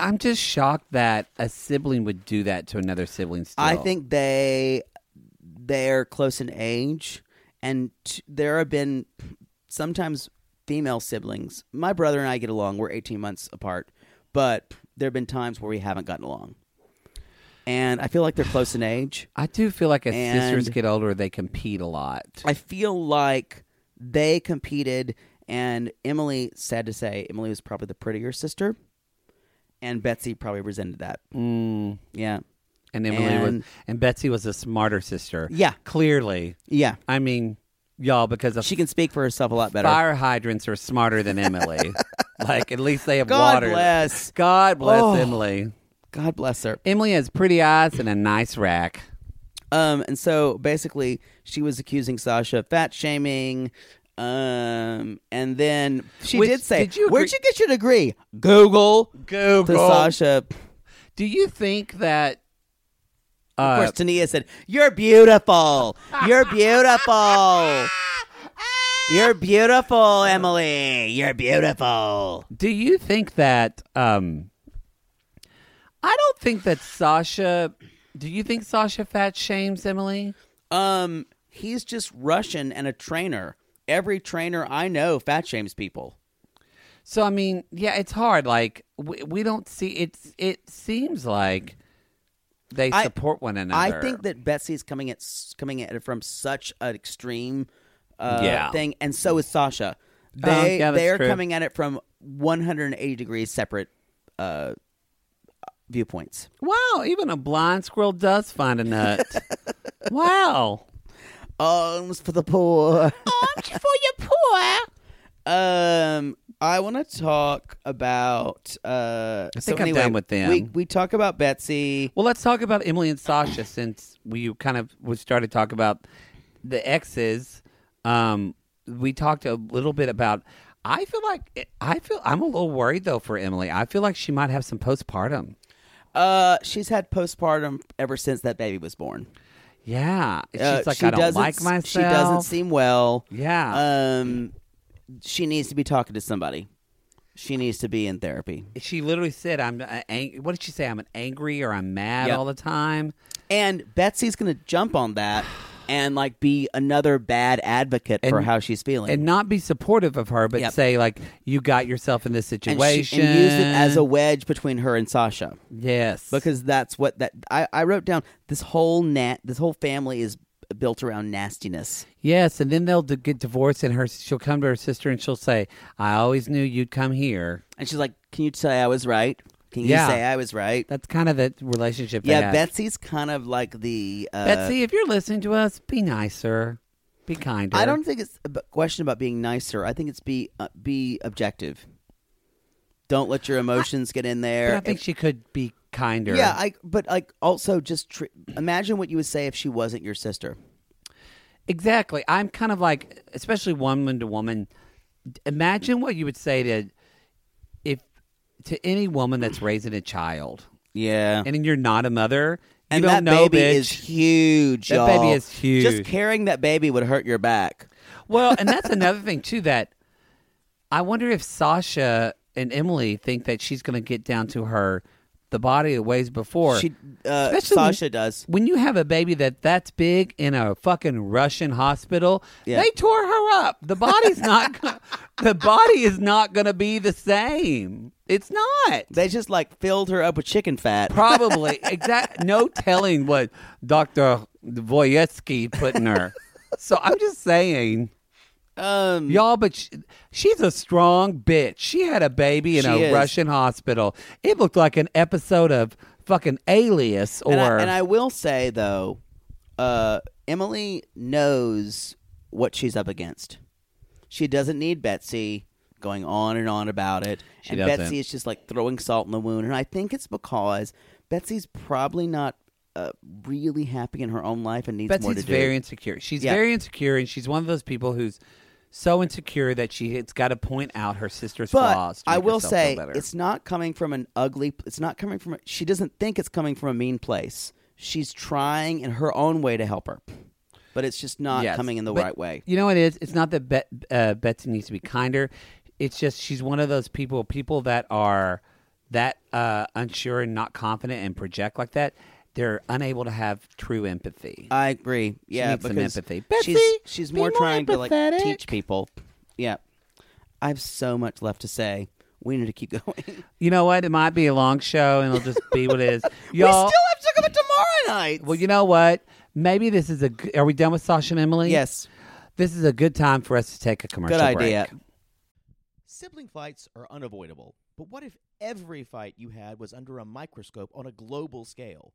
I'm just shocked that a sibling would do that to another sibling. Still,
I think they they're close in age, and t- there have been sometimes female siblings. My brother and I get along. We're eighteen months apart, but there have been times where we haven't gotten along, and I feel like they're close in age.
I do feel like as
And-
sisters get older, they compete a lot.
I feel like they competed, and Emily, sad to say, Emily was probably the prettier sister, and Betsy probably resented that. Mm. Yeah,
And Emily
And-
was, and Betsy was a smarter sister.
Yeah.
clearly.
yeah.
I mean, y'all, because a
She can speak for herself a lot better.
fire hydrants are smarter than
(laughs)
Emily. like at least they have
God
water. (laughs)
bless.
God bless
Oh.
Emily.
God bless her.
Emily has pretty eyes and a nice rack.
Um, and so basically, she was accusing Sasha of fat shaming. Um, and then she
Which-
did say,
did you
"Where'd
agree-
you get your degree?" Google.
Google.
To Sasha,
Do you think that?
of
Uh,
course, Tania said, "You're beautiful. You're beautiful. (laughs) You're beautiful, Emily. You're beautiful."
do you think that? Um, I don't think that Sasha. Do you think Sasha fat shames Emily?
Um, he's just Russian and a trainer. Every trainer I know fat shames people.
So I mean, yeah, it's hard. Like we, we don't see it's. It seems like they
I-
support one another.
I think that Betsy's coming at s- coming at it from such an extreme uh,
Yeah.
thing, and so is Sasha. They
yeah, that's
they are
true.
coming at it from 180 degrees separate uh, viewpoints.
wow, even a blind squirrel does find a nut. wow,
Arms for the poor. (laughs)
for your poor.
Um, I want to talk about. Uh, I
think I'm done with them.
We we talk about Betsy.
Well, let's talk about Emily and Sasha since we kind of we started talking about the exes. Um, we talked a little bit about. I feel like I feel I'm a little worried though for Emily. I feel like she might have some postpartum.
Uh, she's had postpartum ever since that baby was born.
Yeah, she's
Uh,
like
she
I don't
doesn't
like
s-
myself.
She doesn't seem well.
Yeah.
Um, she needs to be talking to somebody. She needs to be in therapy.
She literally said, "I'm." uh, Ang- what did she say? I'm an angry or I'm mad
Yep.
all the time.
And Betsy's going to jump on that and like be another bad advocate for
And-
how she's feeling.
and not be supportive of her, but
Yep.
say like, "You got yourself in this
And
situation."
she, and use it as a wedge between her and Sasha
yes,
because that's what that I, I wrote down. This whole nat, this whole family is built around nastiness.
yes, and then they'll d- get divorced, and her she'll come to her sister and she'll say, "I always knew you'd come here."
And she's like, "Can you say I was right? Can you
Yeah.
say I was right?"
That's kind of the relationship. they
yeah,
have.
Betsy's kind of like the uh,
Betsy, if you're listening to us, be nicer, be kinder.
I don't think it's a b- question about being nicer. I think it's be uh, be objective. Don't let your emotions get in
But
there.
I think
If-
she could be kinder.
yeah, I but like also just tr- imagine what you would say if she wasn't your sister.
Exactly. I'm kind of like, especially woman to woman. Imagine what you would say to if to any woman that's raising a child,
Yeah, and,
and you're not a mother. You don't
Uh-huh. that
know,
baby
bitch.
is (laughs) huge.
That baby
y'all.
is huge.
Just carrying that baby would hurt your back.
Well, and that's another thing too that I wonder if Sasha and Emily think that she's going to get down to her the body that weighs before.
She- uh,
Especially when-
Sasha does.
When you have a baby that that's big in a fucking Russian hospital,
Yeah.
they tore her up. The body's not (laughs) gonna, the body is not going to be the same. It's not.
They just like filled her up with chicken fat. (laughs)
Probably exact. No telling what Doctor Voyetsky put in
(laughs)
her. So I'm just saying.
um,
Y'all, but she, she's a strong bitch. She had a baby in
She
a
is.
Russian hospital. It looked like an episode of fucking Alias or
and, I, and I will say though, uh, Emily knows what she's up against. She doesn't need Betsy going on and on about it.
She
and
doesn't.
Betsy is just like throwing salt in the wound. And I think it's because Betsy's probably not uh, really happy in her own life and needs more to
Betsy's
do.
very insecure. She's
Yeah.
very insecure, and she's one of those people who's so insecure that she has got to point out her sister's
but
flaws. to
I
make
will
herself feel
say
better.
it's not coming from an ugly. It's not coming from. She doesn't think it's coming from a mean place. She's trying in her own way to help her, but it's just not
Yes.
coming in the
But
right way.
You know what it is? It's not that Bet, uh, Betsy needs to be kinder. It's just she's one of those people people that are that uh, unsure and not confident and project like that. They're unable to have true empathy.
I agree. Yeah,
needs some
because
empathy.
she's,
Betsy,
she's
be
more
more
trying to like
empathetic.
teach people. Yeah, I have so much left to say. We need to keep (laughs) going.
you know what? It might be a long show, and it'll just be what it is.
(laughs) we
Y'all,
still have to talk about tomorrow night.
well, you know what? Maybe this is a. g- Are we done with Sasha and Emily?
yes,
This is a good time for us to take a commercial
good
break.
idea.
Sibling fights are unavoidable, but what if every fight you had was under a microscope on a global scale?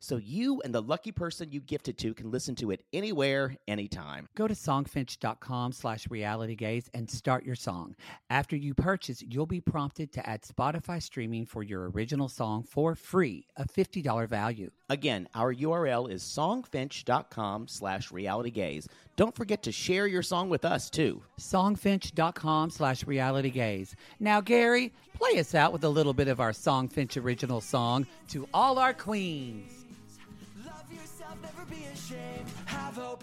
so you and the lucky person you gifted to can listen to it anywhere, anytime.
Go to songfinch.com slash realitygaze and start your song. After you purchase, you'll be prompted to add Spotify streaming for your original song for free, a $50 value.
Again, our URL is songfinch.com slash realitygaze. Don't forget to share your song with us, too.
Songfinch.com slash realitygaze. Now, Gary, play us out with a little bit of our Songfinch original song to all our queens.
Love yourself, never be ashamed. Have hope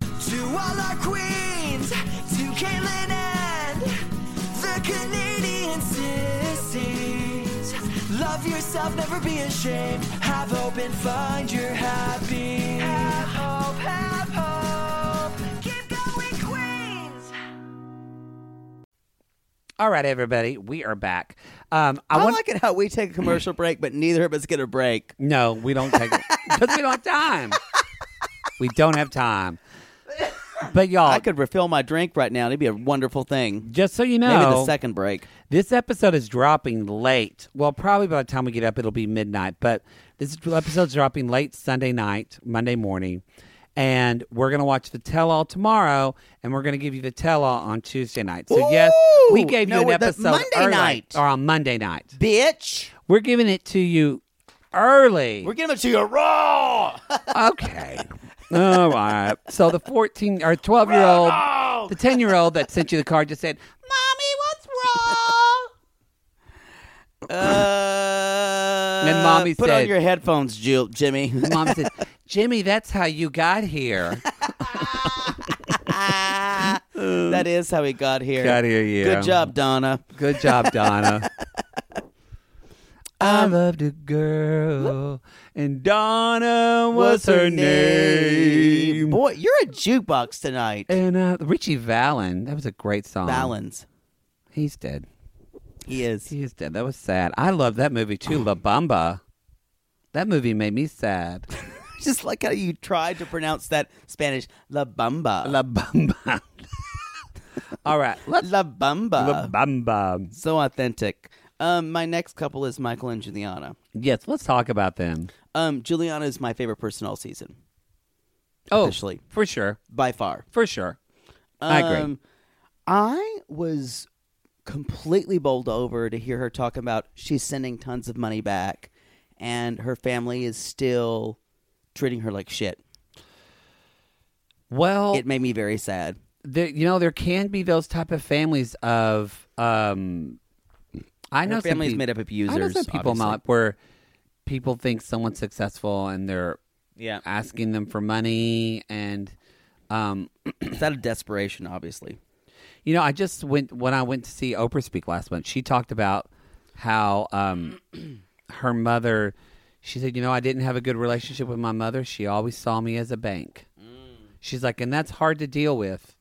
To all our queens, to Caitlin and the Canadian sissies. Love yourself, never be ashamed. Have hope and find your happy. Have hope, have hope. Keep going, Queens.
All right, everybody, we are back. Um, I,
I,
want
like it how we take a commercial break, but neither of us get a break.
no, we don't take
(laughs)
it because we don't have time. we don't have
(laughs)
time. But
Oh.
y'all,
I could refill my drink right now. It'd be a wonderful thing.
just so you know,
Maybe the second break.
This episode is dropping late. Well, probably by the time we get up, it'll be midnight. But this episode's dropping late Sunday night, Monday morning. And we're going to watch the tell all tomorrow, and we're going to give you the tell all on Tuesday night. So, yes, we
Ooh,
gave you
no,
an
the
episode
Monday
early-
night.
or on Monday night.
Bitch.
We're giving it to you early.
We're giving it to you raw.
(laughs) okay. All right. So the 14 or 12 year
(laughs)
Oh.
old, the 10 year old that sent you the card just said, Mommy, what's
uh,
And mommy
put
said-
on your headphones,
(laughs)
Jill, Jimmy.
wrong? Mom said, Jimmy, that's how you got here.
that is how we got here.
Got here, yeah.
Good job, Donna.
Good job, Donna. Um, I loved a girl, and Donna was her name.
Boy, you're a jukebox tonight.
And uh, Richie Valen, that was a great song.
Balance.
he's dead.
He is.
He is dead. That was sad. I love that movie too, La Bamba. That movie made me sad.
Just like how you tried to pronounce that Spanish La Bamba.
La Bamba. (laughs) All right, let's
La Bamba.
La Bamba.
so authentic. Um, my next couple is Michael and Juliana.
Yes, let's talk about them.
Um, Juliana is my favorite person all season
Oh,
Officially.
for sure,
by far.
for sure. I agree.
Um, I was completely bowled over to hear her talk about she's sending tons of money back, and her family is still treating her like shit.
Well,
It made me very sad.
there, you know there can be those type of families of um i know some
families
peop-
made up of
i know
users,
some people
obviously.
not where people think someone's successful and they're (clears throat)
Yeah,
asking them for money and um
it's out of desperation, obviously.
you know i just went when i went to see oprah speak last month she talked about how um (clears throat) her mother she said you know i didn't have a good relationship with my mother she always saw me as a bank She's like, and that's hard to deal with.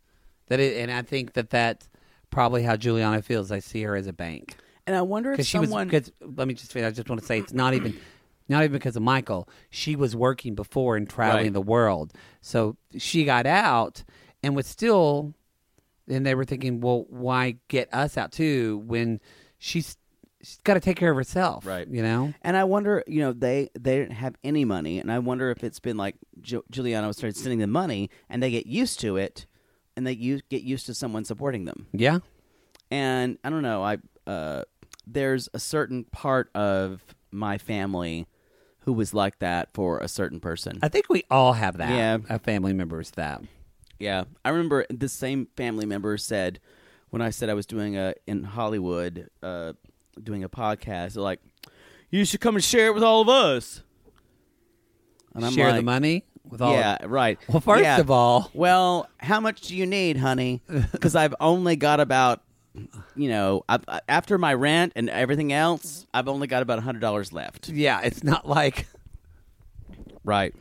That it, and I think that that's probably how Juliana feels. I see her as a bank
And I wonder if
because she
someone
was. Because let me just finish. I just want to say it's not even, not even because of Michael. She was working before and traveling
Right.
the world, so she got out and was still. And they were thinking, well, why get us out too when she's she's got to take care of herself,
Right.
You know,
And I wonder, you know, they they didn't have any money, and I wonder if it's been like Ju- Giuliano started sending them money, and they get used to it, and they u- get used to someone supporting them.
yeah.
And I don't know, I uh, there's a certain part of my family who was like that for a certain person.
I think we all have that.
Yeah.
a family member's that.
Yeah, I remember the same family member said when I said I was doing a in Hollywood, uh, doing a podcast. They're like, "You should come and share it with all of us." And
Share the money with all.
yeah, right.
Well, first
Yeah.
of all-
well, how much do you need,
(laughs)
honey? Because I've only got about, you know, I've, I- after my rent and everything else, I've only got about hundred dollars left.
Yeah, it's not like
Right.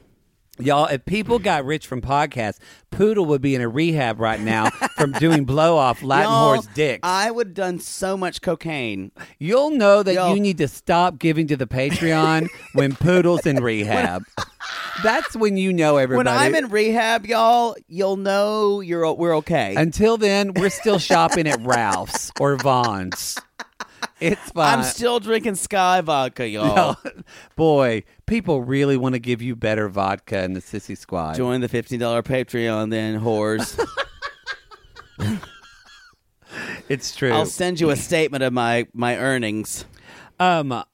y'all. If people got rich from podcasts, Poodle would be in a rehab right now from doing blow
(laughs)
off Latin
Y'all,
horse dicks.
I would have done so much cocaine.
You'll know that
Y'all-
you need to stop giving to the Patreon when Poodle's in
(laughs)
rehab. That's when you know
When
everybody.
I'm in rehab, y'all, you'll know you're o- we're okay.
(laughs) Until then, we're still shopping at Ralph's or Vaughn's. It's fine.
(laughs) I'm still drinking
(laughs)
Sky vodka, y'all.
Boy, people really want to give you better vodka in the sissy squad.
Join the fifteen dollar Patreon, then whores.
It's true.
(laughs) I'll send you a statement of my my earnings.
um,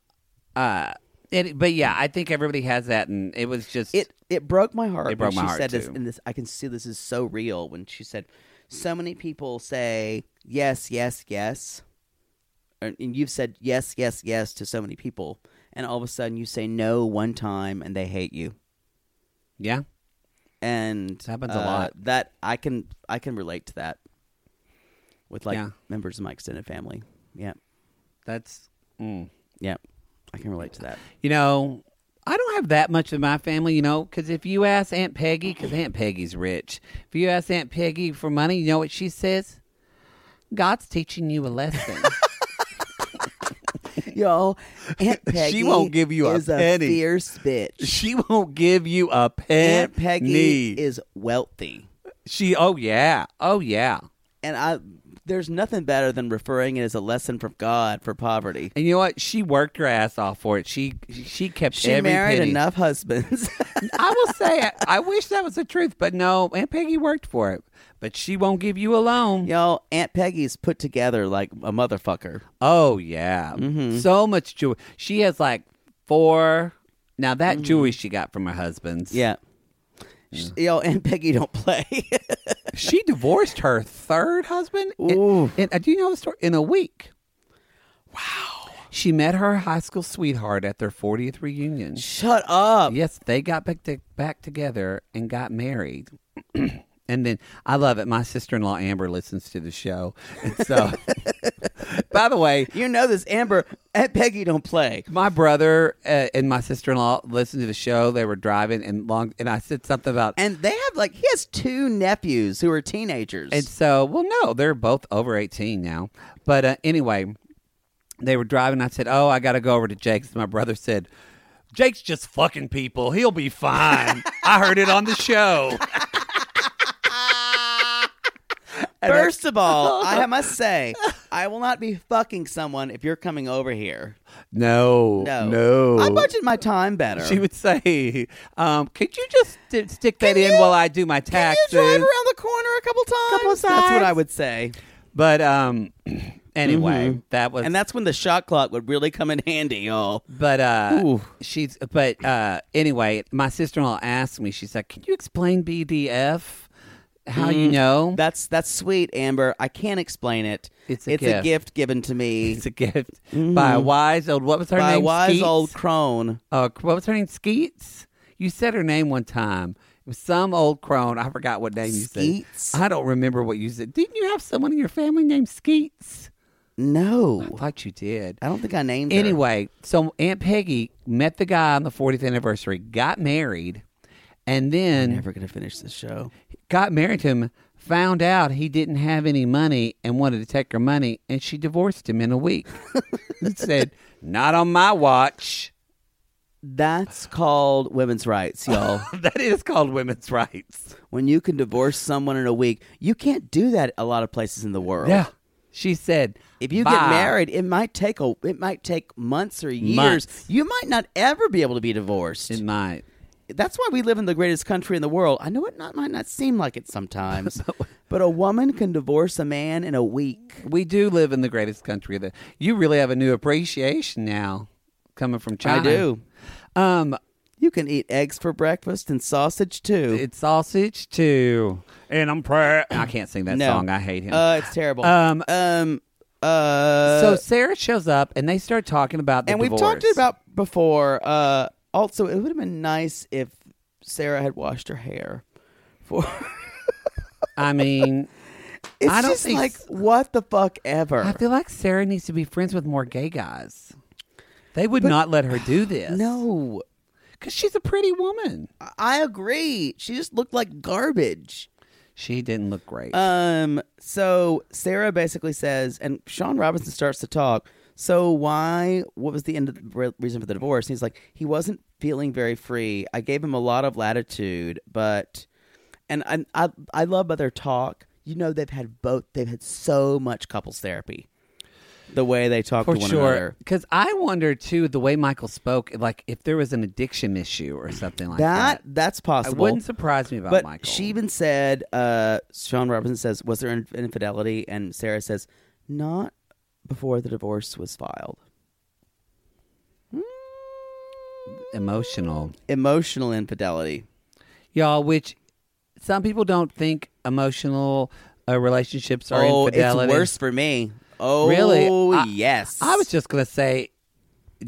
uh, it, but yeah, I think everybody has that, and it was just
It it broke my heart.
It broke
when
my
she
heart,
said this,
too.
and this I can see this is so real. When she said, "So many people say yes, yes, yes," and and you've said yes, yes, yes to so many people, and all of a sudden you say no one time, and they hate you.
yeah.
and uh,
happens a lot.
That I can I can relate to that with like
Yeah.
members of my extended family. Yeah,
That's mm.
yeah, I can relate to (laughs) that.
you know. I don't have that much of my family, you know, because if you ask Aunt Peggy, because Aunt Peggy's rich, if you ask Aunt Peggy for money, you know what she says? God's teaching you a lesson.
Yo, (laughs) Aunt Peggy,
She won't give you a
is
penny.
a fierce bitch.
(laughs) she won't give you a penny.
Aunt Peggy is wealthy,
She. Oh yeah. Oh yeah.
and I there's nothing better than referring it as a lesson from God for poverty.
And you know what? She worked her ass off for it. She she kept
She
every
married
penny.
enough husbands. (laughs)
I will say, I, I wish that was the truth, but no. Aunt Peggy worked for it, but she won't give you a loan.
Yo, Aunt Peggy's put together like a motherfucker.
Oh yeah, so much jewelry. She has like four. Now that jewelry she got from her husband's.
Yeah. Sh Yo, Aunt Peggy don't play. (laughs)
she divorced her third husband. Ooh. In, in- do you know the story? In a week. Wow. She met her high school sweetheart at their 40th reunion.
Shut up.
Yes, they got back to, back together and got married. (clears throat) and then I love it. My sister in law Amber listens to the show, and so. (laughs) by the way,
You know this, Amber. Aunt Peggy don't play.
my brother uh, and my sister in law listened to the show. They were driving and long, and I said something about.
And they have like he has two nephews who are teenagers.
And so, well, no, they're both over 18 now. But uh, anyway, they were driving. I said, Oh, I got to go over to Jake's. My brother said, Jake's just fucking people. He'll be
(laughs)
fine. I heard it on the show.
First of (laughs) all, I must say, I will not be fucking someone if you're coming over here.
No.
No,
No.
I budget my time better.
she would say, um, Could you just st- stick that
Can
in
you-
while I do my
Can
taxes?
you drive around the corner a couple times?
Couple of
That's what
times.
I would say.
But um, (clears throat) anyway, that was.
Mm-hmm. And that's when the shot clock would really come in handy, y'all.
But uh,
Ooh.
she's. But uh, anyway, my sister in law asked me. She's like, "Can you explain BDF? How you (laughs) know
That's that's sweet, Amber. I can't explain it.
It's a gift.
given to me
it's a gift by Mm-hmm. a wise old? What was her
by a
name?
wise
Skeets?
old crone.
Uh, what was her name? Skeets. You said her name one time. It was some old crone. I forgot what name you
Skeets?
said. I don't remember what you said. Didn't you have someone in your family named Skeets? I
No,
thought you did.
I don't think I named her.
Anyway, so Aunt Peggy met the guy on the 40th anniversary, got married, and then
never gonna finish this show.
got married to him, found out he didn't have any money and wanted to take her money, and she divorced him in a
(laughs)
week. and said, Not on my
(laughs)
watch.
That's called women's
(laughs)
rights, y'all.
That is called women's rights.
when you can divorce someone in a week, you can't do that a lot of places in the world.
Yeah. She said,
If you
"Bye."
get married, it might take a it might take months or years.
Months.
You might not ever be able to be divorced.
it might.
That's why we live in the greatest country in the world. I know it not, might not seem like it
(laughs)
sometimes, but a woman can divorce a man in a week.
We do live in the greatest country. That you really have a new appreciation now coming from China.
do.
Um,
You can eat eggs for breakfast and sausage too.
It's sausage too, and I'm proud. I can't sing that song. I hate him.
Uh, it's terrible.
Um,
um, uh,
so Sarah shows up, and they start talking about the
and we've talked
divorce.
about before. Uh, also, it would have been nice if Sarah had washed her hair. For
I mean,
it's
I don't
just
think
like
s-
what the fuck ever.
I feel like Sarah needs to be friends with more gay guys. They would not let her do this.
no,
because she's a pretty woman.
I- I agree. She just looked like garbage.
She didn't look great.
Um. So Sarah basically says, and Sean Robinson starts to talk. So why? What was the end of the re- reason for the divorce? And he's like, he wasn't feeling very free. I gave him a lot of latitude, but, and I, I, I love other talk. You know, they've had both. They've had so much couples therapy. The way they talk
for
to one
sure,
another.
because I wonder too the way Michael spoke, like if there was an addiction issue or something like that.
That that's
It
possible.
wouldn't surprise me about
but
Michael.
she even said, uh, Sean Robinson says, was there inf- infidelity? And Sarah says, not before the divorce was filed.
emotional.
Emotional infidelity.
y'all which some people don't think emotional uh, relationships are
oh,
infidelity
it's worse for me. Oh,
really I-
yes.
i was just gonna say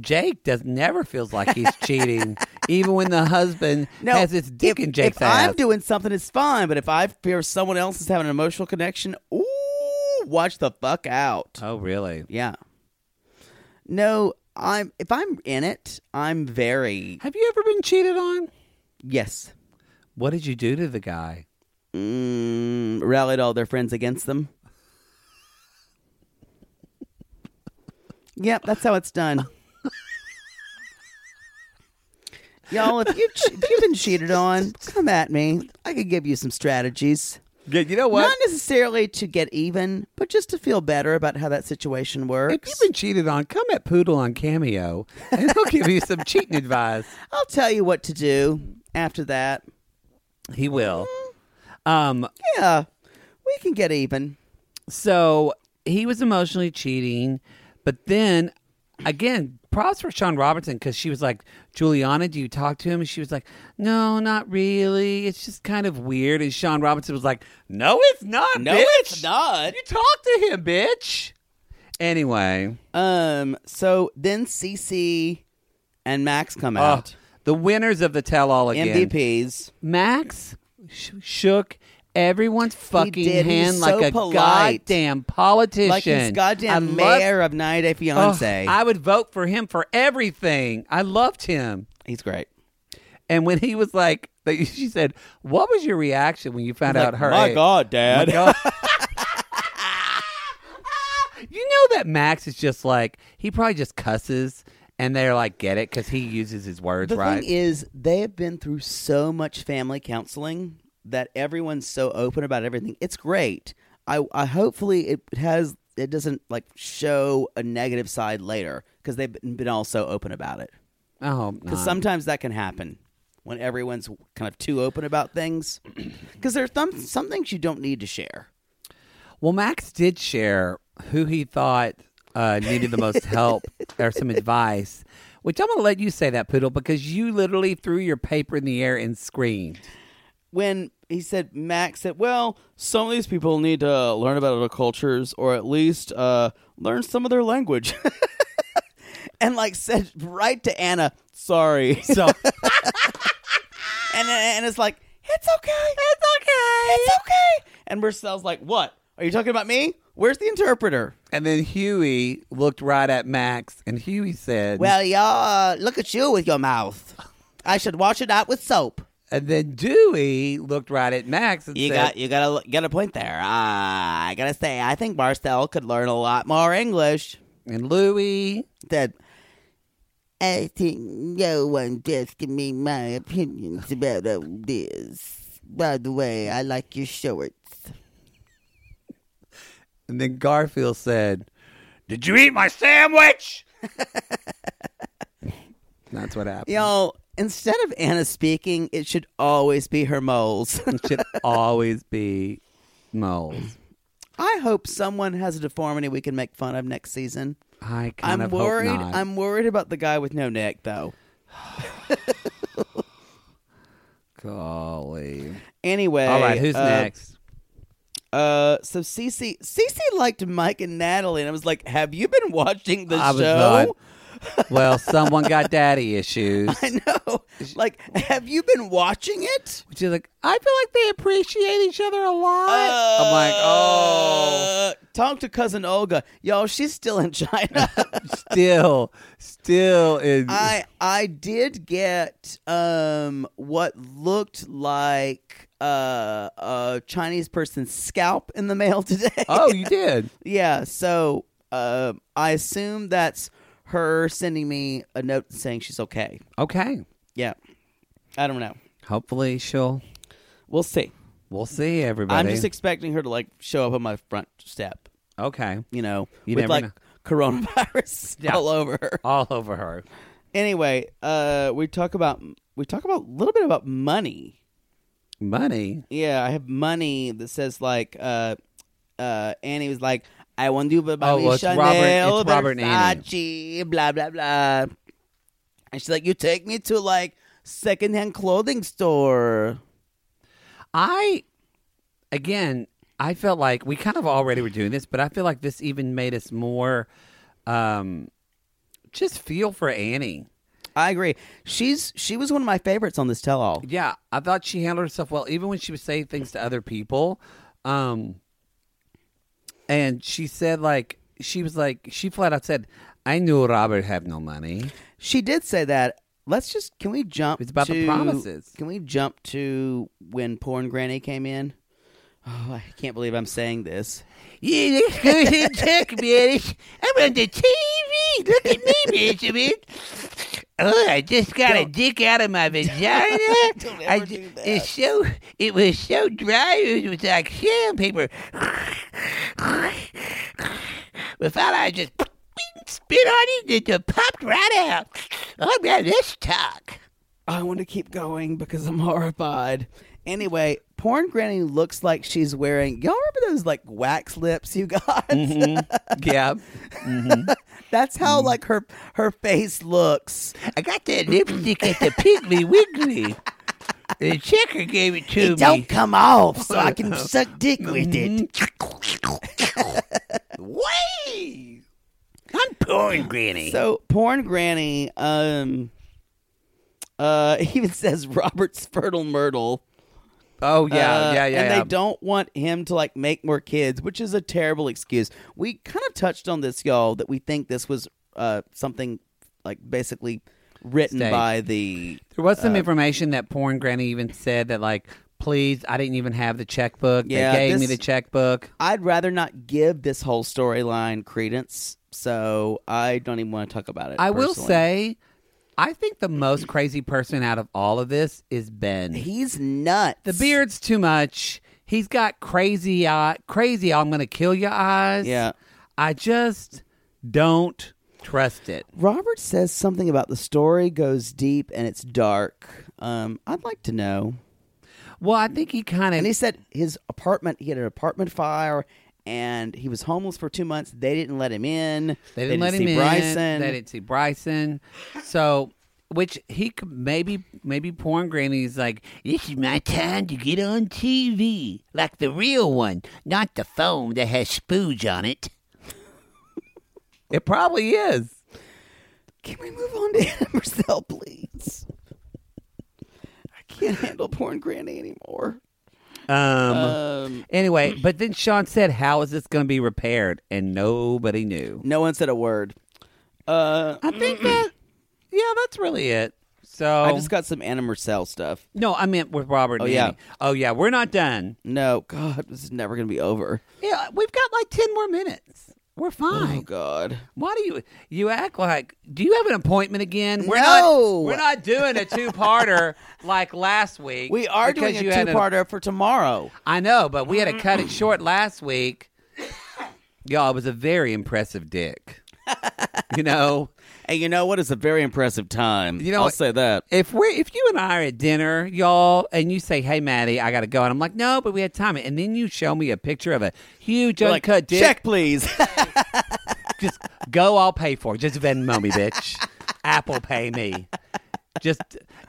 jake does never feels like
(laughs)
he's cheating even when the husband has his dick
if,
in jake's
if
ass
I'm doing something, it's fine. But if I fear someone else is having an emotional connection, ooh, watch the fuck out.
oh really
Yeah. No, I'm. If I'm in it, I'm very
have you ever been cheated on
yes.
what did you do to the guy
mm, rallied all their friends against them. yep, that's how it's done. Y'all, if, you che- if you've been cheated on, come at me. I could give you some strategies.
yeah you know
Not necessarily to get even, but just to feel better about how that situation
if
works.
you've been cheated on come at poodle on cameo and he'll give you
(laughs)
some cheating advice
I'll tell you what to do after that.
he will um
Yeah, we can get even.
So he was emotionally cheating, but then again, props for Sean Robertson because she was like, Juliana, do you talk to him? And she was like, No, not really. It's just kind of weird. And Sean Robertson was like, No, it's not.
No,
bitch.
it's not."
You talk to him, bitch. Anyway,
Um. So then CC and Max come
uh,
out.
the winners of the tell-all again.
MVPs.
Max sh- shook everyone's fucking
did. He
hand
was
like
so
a
polite.
goddamn politician.
Like he's
I
goddamn
love-
mayor of 90 Day
Oh,
Fiance.
I would vote for him for everything. I loved him.
he's great.
And when he was like, (laughs) she said, "What was your reaction when you found out her?" age?" (laughs)
Dad.
God.
(laughs)
you know that Max is just like he probably just cusses, and they're like, "Get it?" Because he uses his words
the
right.
thing is, they have been through so much family counseling that everyone's so open about everything. It's great. I, I hopefully it has it doesn't like show a negative side later because they've been been all so open about it.
oh, no.
Because sometimes that can happen when everyone's kind of too open about things. (clears throat) Because there are some, some things you don't need to share.
Well, Max did share who he thought uh, needed the most
(laughs)
help or some advice, which I'm going to let you say that, Poodle, because you literally threw your paper in the air and screamed.
When he said, Max said, well, some of these people need to learn about other cultures or at least uh, learn some of their language. (laughs) and like said right to Anna, sorry.
So
(laughs) And, and it's like, it's okay. It's okay. It's okay. And Marcel's like, what? Are you talking about me? Where's the interpreter?
And then Huey looked right at Max, and Huey said,
Well, y'all, look at you with your mouth. I should wash it out with soap.
and then Dewey looked right at Max and
You
said,
got you got a got a point there. Uh, I gotta say, I think Marcel could learn a lot more English.
and Louie,
That I think no one's asking me my opinions about all this. By the way, I like your shorts.
and then Garfield said, Did you eat my sandwich? (laughs) That's what happened.
Y'all, instead of Anna speaking, it should always be her moles. (laughs)
It should always be moles.
I hope someone has a deformity we can make fun of next season.
I kind
I'm
of
worried.
Hope not.
I'm worried about the guy with no neck, though.
Golly.
Anyway,
All right, who's
uh,
next?
Uh, so Cece, Cece liked Mike and Natalie, and I was like, "Have you been watching the
I was
show?"
not. well, someone got daddy issues.
(laughs) I know. Like, have you been watching it?
She's like, I feel like they appreciate each other a lot. I'm like, oh,
Uh, talk to cousin Olga, y'all. She's still
(laughs)
in China.
still, still in.
I I did get um what looked like uh, a Chinese person's scalp in the mail (laughs) today.
oh, you did.
Yeah, so uh, I assume that's her sending me a note saying she's okay.
Okay.
Yeah, I don't know.
Hopefully she'll.
We'll see.
We'll see everybody.
I'm just expecting her to like show up on my front step,
okay.
you know,
You
with
never
like
know.
coronavirus (laughs) all over her.
All over her.
Anyway, uh, we talk about we talk about a little bit about money.
Money.
Yeah, I have money that says like uh uh Annie was like, I want you to buy
Oh,
me
well, it's
Chanel,
Robert- it's Robert and Annie.
Versace, blah blah blah. And she's like, You take me to like secondhand clothing store.
I, again, I felt like we kind of already were doing this, but I feel like this even made us more, um, just feel for Annie.
I agree. She's she was one of my favorites on this tell all.
Yeah, I thought she handled herself well, even when she was saying things to other people. Um, and she said, like, she was like, she flat out said, "I knew Robert had no money." (laughs)
She did say that. Let's just can we jump
It's about the
to-
promises.
Can we jump to when porn granny came in? Oh, I can't believe I'm saying this. (laughs)
Yeah, that's good in tech, bitch. I'm on the TV. Look at me, Benjamin. Oh, I just got a dick out of my vagina.
Don't
I
ever
ju-
do that.
It's so it was so dry. It was like sandpaper. Without I just spit on it, it just popped right out. Oh man, let's talk.
I want to keep going because I'm horrified. Anyway, porn granny looks like she's wearing. Y'all remember those like wax lips you got?
Mm-hmm. Yeah,
(laughs) That's how like her her face looks.
Mm-hmm. I got that lipstick at the Piggly Wiggly. The checker gave it to
It don't come off, so
(laughs)
I can suck dick with it.
Mm-hmm. Way! I'm porn granny.
So porn granny, um, uh, (laughs) even says Robert's fertile myrtle.
oh
Uh, And they don't want him to like make more kids, which is a terrible excuse. We kind of touched on this, y'all, that we think this was uh, something like basically written
Staged.
by the.
There was
Uh,
some information that porn granny even said that like, please, I didn't even have the checkbook.
Yeah,
they gave me
this-
the checkbook.
I'd rather not give this whole storyline credence, so I don't even want to talk about it.
I will
personally.
say, I think the most crazy person out of all of this is Ben.
he's nuts.
the beard's too much. He's got crazy eye, crazy. I'm gonna kill your eyes.
Yeah.
I just don't trust it.
Robert says something about the story goes deep and it's dark. Um, I'd like to know.
Well, I think he kind of
And he said his apartment, he had an apartment fire and he was homeless for two months. They didn't let him in.
They didn't, let him
see
in.
Bryson.
They didn't see Bryson. So, which he could maybe maybe porn granny's like, this is my time to get on TV, like the real one, not the phone that has spooge on it. it probably is.
Can we move on to Anna Marcel, please? I can't handle porn granny anymore.
Um. anyway, but then Sean said, "How is this going to be repaired?" And nobody knew.
No one said a word. Uh,
I think that, yeah, that's really it. So
I just got some Anna Marcel stuff.
no, I meant with Robert.
Oh,
and
yeah.
Annie. Oh yeah, we're not done.
No, God, this is never going to be over.
Yeah, we've got like 10 more minutes. We're
Oh,
fine.
God.
Why do you you act like do you have an appointment again? We're
No.
not we're not doing a
(laughs)
two-parter like last week.
We are
because
doing a
you had
two parter for tomorrow.
I know, but we had to cut it
(clears throat)
short last week. Y'all, it was a very impressive
(laughs)
dick. You know,
And you know what? It's a very impressive time.
You know
I'll
what-
say that.
if we if you and I are at dinner, y'all, and you say, "Hey, Maddie, I gotta go," and I'm like, "No, but we had time," and then you show me a picture of a huge
You're like,
uncut dick.
Check, please. (laughs)
just go, I'll pay for it. Just Venmo me, bitch. Apple Pay me. Just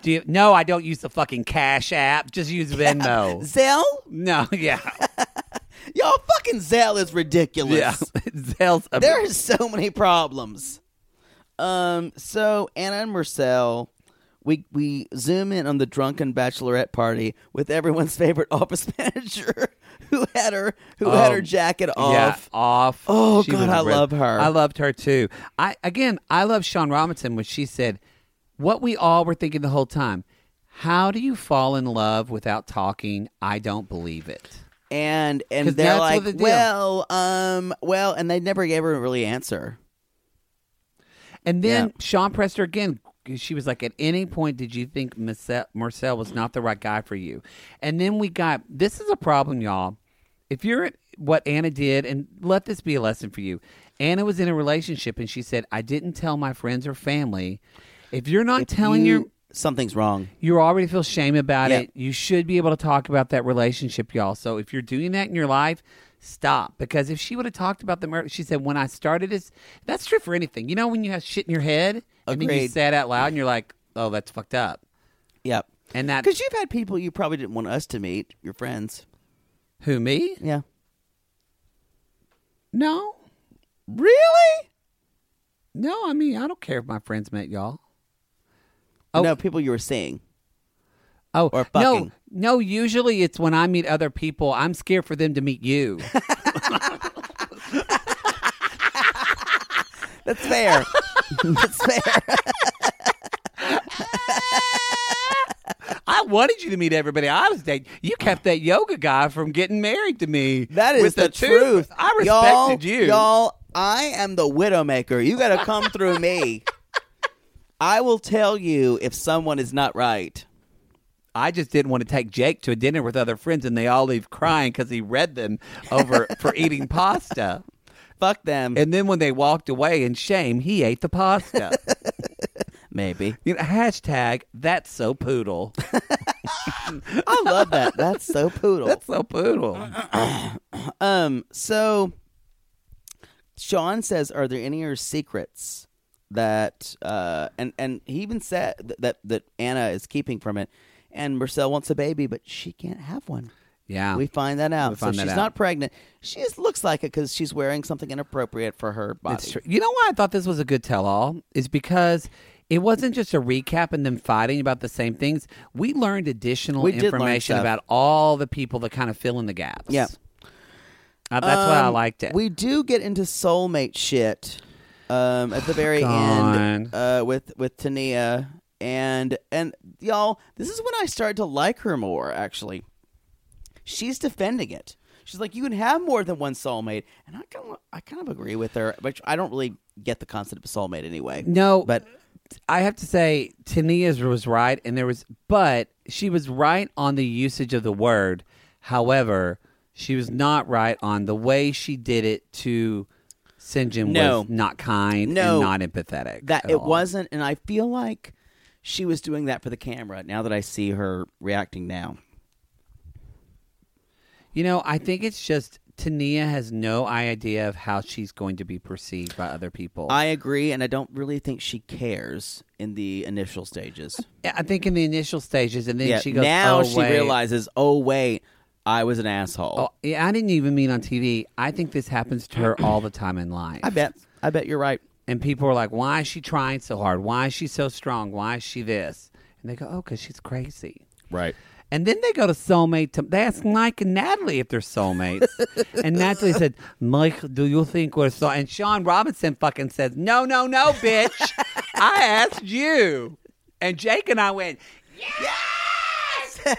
do you? No, I don't use the fucking Cash app. Just use Venmo.
Zell?
no, yeah,
Y'all fucking Zell is ridiculous.
yeah. (laughs) Zell's a
(laughs) There are so many problems. Um, so Anna and Marcel, we we zoom in on the drunken bachelorette party with everyone's (laughs) favorite office manager who had her who had her jacket off.
Oh, Yeah, off.
Oh, God,
was
I
red.
love her.
I loved her too. I again, I love Sean Robinson when she said, "What we all were thinking the whole time: How do you fall in love without talking? I don't believe it."
And and
'Cause
they're
that's
like,
what they do.
well, um, well, and they never gave her a really answer.
And then
Yeah.
Sean pressed her again. She was like, "At any point, did you think Marcel, Marcel was not the right guy for you?" And then we got this is a problem, y'all. If you're at what Anna did, and let this be a lesson for you. Anna was in a relationship, and she said, "I didn't tell my friends or family." If you're not telling your
something's wrong.
you already feel shame about
Yeah.
it. You should be able to talk about that relationship, y'all. So if you're doing that in your life, stop. Because if she would have talked about the murder, she said, when I started this, that's true for anything. You know, when you have shit in your head and then you
Agreed.
say it out loud and you're like, oh, that's fucked up.
Yep.
And that,
Because you've had people you probably didn't want us to meet, your friends.
who, me?
Yeah.
No.
Really?
No, I mean, I don't care if my friends met y'all.
Oh.
Oh.
No, people you were seeing.
Oh,
Or
no,
fucking.
no. Usually, it's when I meet other people. I'm scared for them to meet you.
That's fair. That's
(laughs)
fair.
I wanted you to meet everybody I was dating. You kept that yoga guy from getting married to me.
That is
with
the,
tooth.
truth.
I
Y'all-
respected you.
Y'all, I am the widowmaker. You got to come
(laughs)
through me. I will tell you if someone is not right.
I just didn't want to take Jake to a dinner with other friends, and they all leave crying because he read them
(laughs)
over for eating pasta.
Fuck them.
And then when they walked away in shame, he ate the
(laughs)
pasta.
Maybe.
you know, hashtag that's so poodle. (laughs)
I love that. That's so poodle.
That's so poodle.
Um, so Sean says, "Are there any other secrets that uh and and he even said th- that that Anna is keeping from it, and Marcel wants a baby, but she can't have one."
Yeah.
We find that out.
We find
so
that
she's
out.
not pregnant. She just looks like it because she's wearing something inappropriate for her body.
It's true. You know why I thought this was a good tell-all is because it wasn't just a recap and them fighting about the same things. We learned additional
We did learn
information
stuff.
about all the people that kind of fill in the gaps.
Yeah.
Uh, that's why I
Um,
liked it.
We do get into soulmate shit um,
Oh,
at the very end uh, with with Tania and and y'all. This is when I started to like her more. Actually, she's defending it. She's like, you can have more than one soulmate, and I kind of I kind of agree with her, but I don't really get the concept of soulmate anyway.
no,
but
I have to say Tania's was right, and there was, but she was right on the usage of the word. However, she was not right on the way she did it to. Sinjin
No.
was not kind and
No.
not empathetic.
that
at
it
all.
wasn't, and I feel like she was doing that for the camera. Now that I see her reacting now,
You know, I think it's just Tania has no idea of how she's going to be perceived by other people. I,
I agree, and I don't really think she cares in the initial stages.
I think in the initial stages, and then
yeah,
she goes,
now
oh,
she
wait.
realizes, oh wait, I was an asshole.
Oh, yeah, I didn't even mean on TV. I think this happens to her all the time in life.
I bet, I bet you're right.
And people are like, why is she trying so hard? Why is she so strong? Why is she this? And they go, oh, because she's crazy.
Right.
And then they go to soulmate. To, they ask Mike and Natalie if they're
(laughs)
soulmates. and Natalie said, Mike, do you think we're soul? And Sean Robinson fucking says, No, no, no, bitch. I asked you. And Jake and I went,
(laughs)
Yes!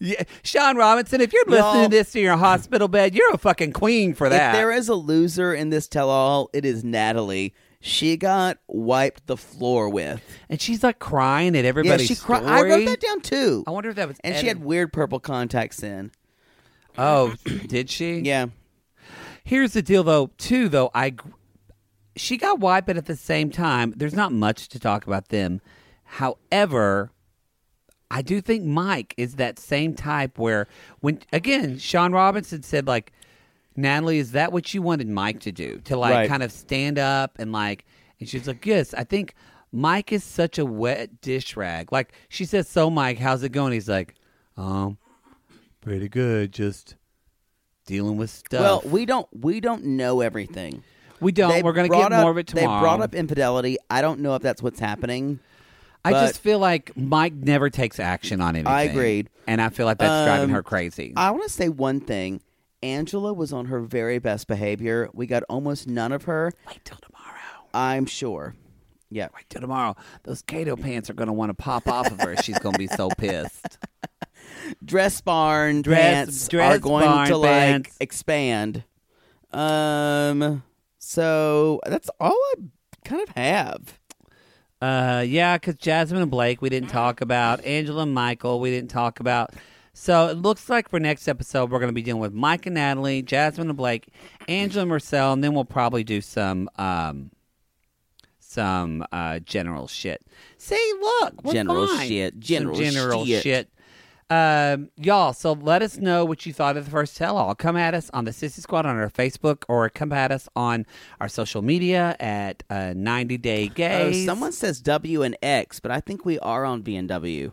yeah. Sean Robinson, if you're listening
Y'all-
to this in your hospital bed, you're a fucking queen for that.
If there is a loser in this tell-all, it is Natalie. She got wiped the floor with.
and she's like crying at
Yeah,
everybody's
she cried. I
story.
wrote that down too.
I wonder if that was
And she had
edited.
weird purple contacts in. (clears throat)
Oh, did she?
Yeah.
Here's the deal, though. Too, though, I gr- she got wiped, but at the same time, there's not much to talk about them. However, I do think Mike is that same type where, when again, Sean Robinson said like, Natalie, is that what you wanted Mike to do? To like
Right.
kind of stand up and like, and she's like, yes, I think. Mike is such a wet dish rag. Like she says, "So Mike, how's it going?" He's like, "Um, pretty good. Just dealing with
Well,
stuff.
we don't we don't know everything.
we don't.
They
we're gonna get
brought up-
more of it tomorrow."
They brought up infidelity. I don't know if that's what's happening.
I
but-
just feel like Mike never takes action on anything.
I agreed.
and I feel like that's driving
Um,
her crazy.
I want to say one thing. Angela was on her very best behavior. We got almost none of her.
Wait till tomorrow.
I'm sure. Yeah.
Wait till tomorrow. Those Kato pants are gonna want to pop off of her. She's gonna be
(laughs)
so pissed.
Dress barn
Dress-
pants
dress
are going
barn
to
pants.
like expand. Um so that's all I kind of have.
Uh, yeah, because Jasmine and Blake we didn't talk about. Angela and Michael we didn't talk about. So it looks like for next episode we're going to be dealing with Mike and Natalie, Jasmine and Blake, Angela and Marcel, and then we'll probably do some um, some uh, general shit. See, look, we're
General
fine.
shit,
Some
general
general
shit.
shit. Um, y'all, so let us know what you thought of the first tell all. Come at us on the Sissy Squad on our Facebook or come at us on our social media at uh, 90 Day
Oh,
Gays.
someone says W and X, but I think we are on V and W.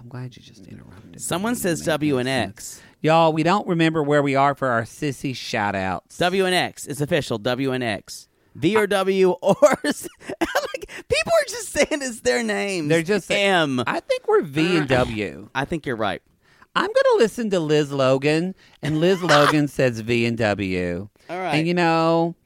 I'm glad you just interrupted.
Someone says W and X.
Y'all, we don't remember where we are for our sissy shout outs.
W and X. It's official. W and X. V or W or (laughs) like, people are just saying it's their names.
They're just
M. I
I think we're V and W.
think you're right.
I'm gonna listen to Liz Logan, and
(laughs)
Liz Logan says V and W.
All right.
And you know,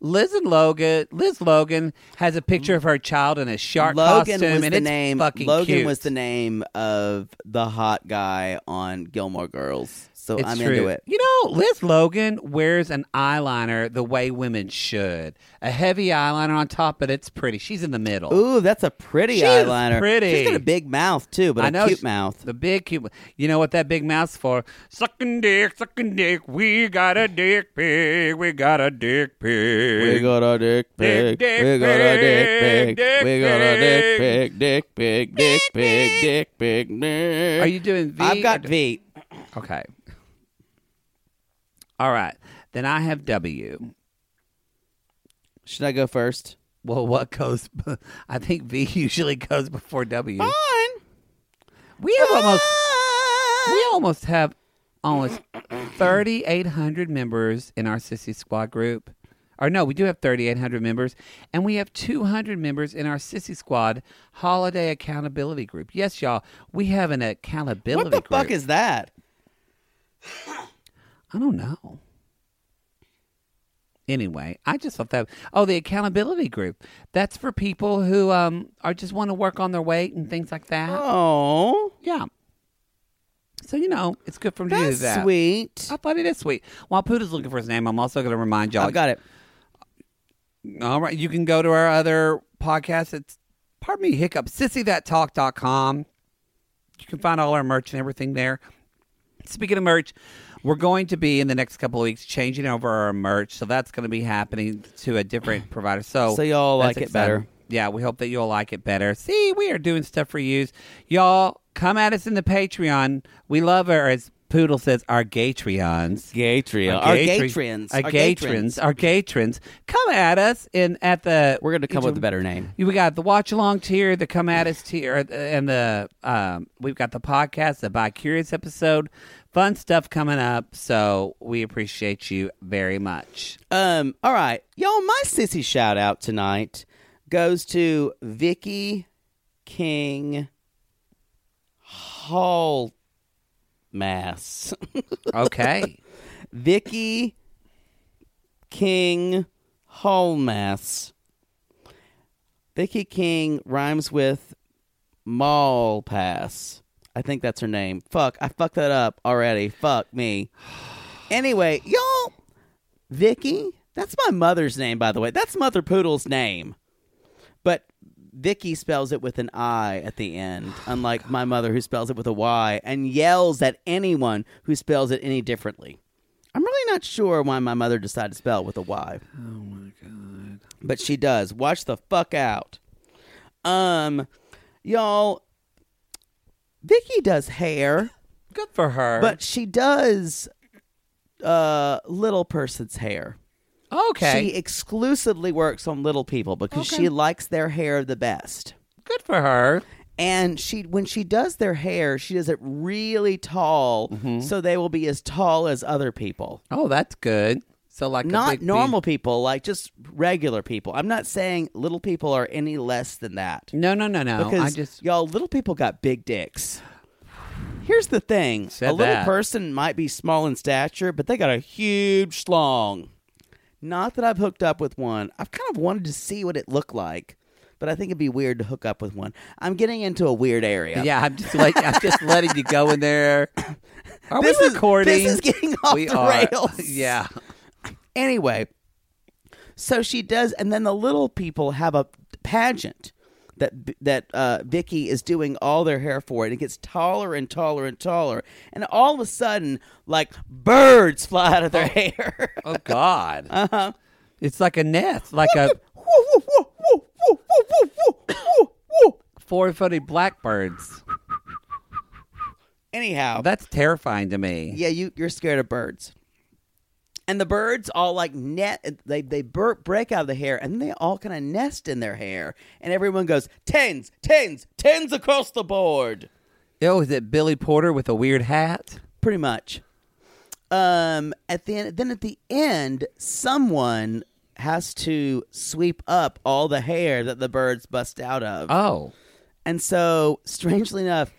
Liz and Logan, Liz Logan has a picture of her child in a shark
Logan
costume,
was
and
the
it's
name.
fucking
Logan
cute.
was the name of the hot guy on Gilmore Girls. So
It's
I'm
true.
into it.
You know, Liz Logan wears an eyeliner the way women should. A heavy eyeliner on top, but it's pretty. She's in the middle.
Ooh, that's a pretty
She's
eyeliner.
pretty.
She's got a big mouth too, but a cute
she-
mouth.
The big cute. mou- You know what that big mouth's for? Sucking dick, sucking dick. We got a dick pig. We got a dick pig.
We got a dick
Dick,
pig.
dick
we got a
pig,
dick pig.
dick
we got a dick
pig.
pig. Dick pig. Dick pig. Dick pig. Dick.
Are you doing V?
I've got
or-
V.
Okay. All right. Then I have W.
Should I go first?
Well, what goes? (laughs) b- I think V usually goes before W.
Fine.
We have almost. We almost have almost 3,800 members in our Sissy Squad group. Or no, we do have 3,800 members, and we have 200 members in our Sissy Squad Holiday Accountability Group. Yes, y'all, we have an accountability
What the
group.
fuck is that?
I don't know. Anyway, I just thought that oh, the accountability group. That's for people who um are just want to work on their weight and things like that.
Oh,
Yeah. So you know, it's good for them to do
that's
that.
sweet.
I thought it is sweet. While Poodle's looking for his name, I'm also going to remind y'all.
I've got it.
All right, you can go to our other podcast. It's pardon me, hiccup, sissythattalk.com. You can find all our merch and everything there. Speaking of merch, we're going to be in the next couple of weeks changing over our merch, so that's going to be happening to a
(sighs)
different provider. So,
So y'all
that's
like it
exciting.
better.
Yeah, we hope that you'll like it better. See, we are doing stuff for you, y'all. Come at us in the Patreon. We love our, as Poodle says, our Gatreons.
Gatria.
Our
Our
gatri-
Gatrians.
Our Gatrons. Our Gatrons. Come at us in at the.
We're going to come up with a better name.
We got the watch along tier, the come at us tier, uh, and the um, we've got the podcast, the by curious episode, fun stuff coming up. So we appreciate you very much.
Um. All right, y'all. My sissy shout out tonight goes to Vicky King Hall (laughs) Mass.
Okay,
(laughs) Vicky King Hallmass. Vicky King rhymes with Mall Pass. I think that's her name. Fuck, I fucked that up already. Fuck me. Anyway, y'all, Vicky, that's my mother's name, by the way. That's Mother Poodle's name. But Vicky spells it with an I at the end, unlike my mother who spells it with a Y and yells at anyone who spells it any differently. I'm really not sure why my mother decided to spell it with a Y. Oh my god. But she does. Watch the fuck out. Um y'all Vicky does hair,
good for her.
but she does uh little person's hair.
Okay.
She exclusively works on little people because she likes their hair the best.
Good for her.
And she when she does their hair, she does it really tall so they will be as tall as other people.
Oh, that's good. So like a
not
big be-
normal people, like just regular people. I'm not saying little people are any less than that.
No, no, no, no.
Because
I
(laughs)
just
y'all little people got big dicks. Here's the thing:
Said
a little
that.
person might be small in stature, but they got a huge schlong. Not that I've hooked up with one. I've kind of wanted to see what it looked like, but I think it'd be weird to hook up with one. I'm getting into a weird area.
yeah. I'm just like I'm just letting you go in
(coughs)
there. Are
This
we
is-
recording?
this is getting (laughs) off
we
the
are.
rails.
Yeah.
Anyway, so she does, and then the little people have a pageant that that uh, Vicky is doing all their hair for, and it gets taller and taller and taller, and all of a sudden, like birds fly out of their hair. (laughs)
Oh God. Uh huh.
Uh-huh.
It's like a nest, like
(laughs)
a four-footed blackbirds.
Anyhow,
That's terrifying to me.
yeah, you you're scared of birds. And the birds all like net they they bur- break out of the hair and they all kind of nest in their hair and everyone goes tens tens tens across the board.
Oh, is it Billy Porter with a weird hat?
pretty much. Um, at the end, then at the end, someone has to sweep up all the hair that the birds bust out of,
Oh,
and so strangely enough,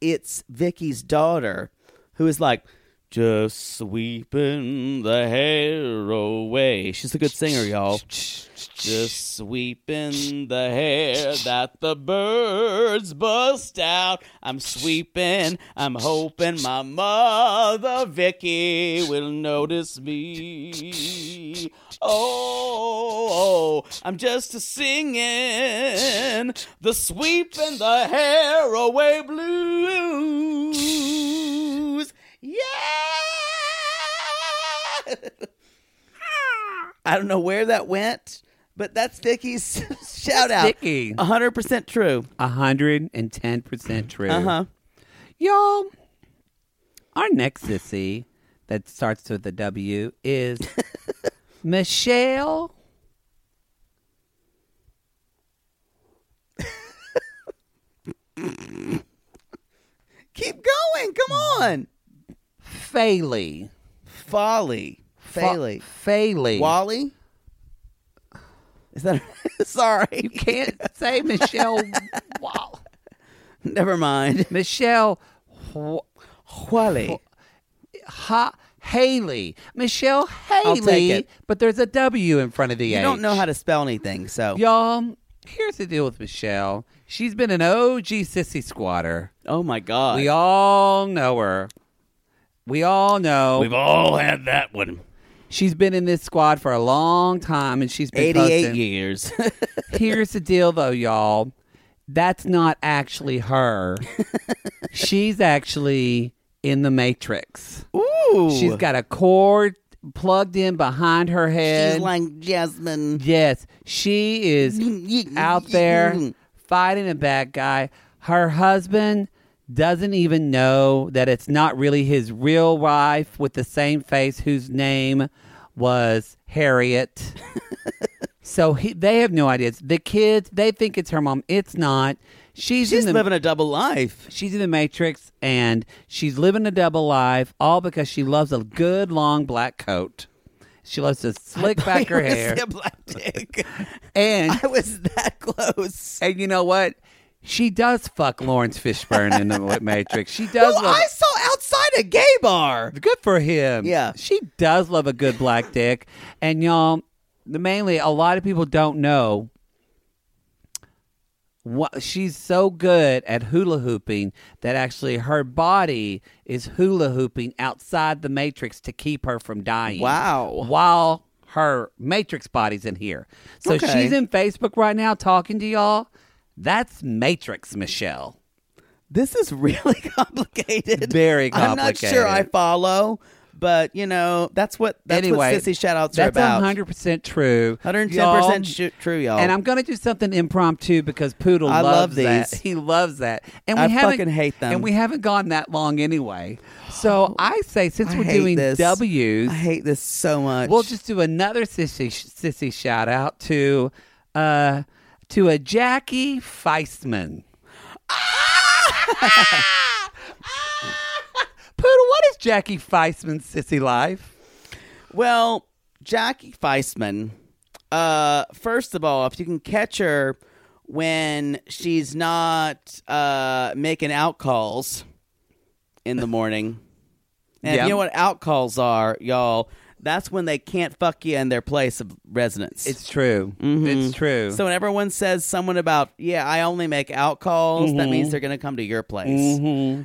it's Vicky's daughter who is like. Just sweeping the hair away. She's a good singer, y'all. Just sweeping the hair that the birds bust out. I'm sweeping, I'm hoping my mother Vicky will notice me. Oh, I'm just a singing the sweeping the hair away blues. Yeah! I don't know where that went, but that's Vicky's (laughs) shout out.
Vicky.
Uh-huh. 100% true.
hundred and ten percent true.
Uh huh.
Y'all, our next sissy that starts with the W
(laughs)
is Michelle.
Keep going. Come on.
Faley.
Folly. Faley.
Faley.
Wally? Is that. (laughs) Sorry.
you can't say Michelle.
(laughs)
Wall.
Never mind.
Michelle Wh-
Wally.
ha- Haley. Michelle Haley.
I'll take it.
But there's a W in front of the
You
H.
don't know how to spell anything, so.
Y'all, here's the deal with Michelle. She's been an OG sissy squatter.
Oh my God.
We all know her. We all know.
We've all had that one.
She's been in this squad for a long time, and she's been
88
posting.
(laughs) years.
Here's the deal, though, y'all. That's not actually
(laughs)
her. she's actually in the Matrix.
Ooh.
She's got a cord plugged in behind her head.
She's like Jasmine.
yes, she is out there fighting a bad guy. Her husband doesn't even know that it's not really his real wife with the same face whose name was
(laughs)
Harriet. so he, they have no idea. It's the kids, they think it's her mom. It's not. She's, in
She's
the,
living a double life.
She's in the Matrix and she's living a double life, all because she loves a good long black coat. She loves to slick back her
(laughs)
hair,
black dick.
and
(laughs) I was that close.
and you know what? She does fuck Lawrence Fishburne in the Matrix. She does.
Well,
love-
I saw outside a gay bar.
Good for him.
Yeah.
She does love a good black dick. And y'all, mainly a lot of people don't know what she's so good at hula hooping that actually her body is hula hooping outside the matrix to keep her from dying.
Wow.
While her matrix body's in here. So
Okay.
she's in Facebook right now talking to y'all. That's Matrix Michelle.
This is really (laughs) complicated.
Very
I'm not sure I
complicated.
follow. But you know, that's what that's
anyway,
what sissy shout outs are
that's
about.
100% true.
110%
Y'all-
sh- true, y'all.
And I'm going to do something impromptu because Poodle
I
loves
love
that.
these.
(laughs) He loves that. And we
I
haven't,
fucking hate them. Oh,
And we haven't gone that long anyway. So I say since
I
we're
hate
doing
this.
W's,
I hate this so much.
we'll just do another sissy sissy shout out to uh to a Jackie
(laughs)
Feistman. (laughs) Poodle, what is Jackie Feistman's sissy life?
Well, Jackie Feistman, uh, first of all, if you can catch her when she's not uh, making out calls in the morning, and
Yeah.
you know what out calls are, y'all, that's when they can't fuck you in their place of residence.
It's Mm-hmm. true. It's true.
so when everyone says someone about yeah I only make out calls that
Mm-hmm.
means they're gonna come to your place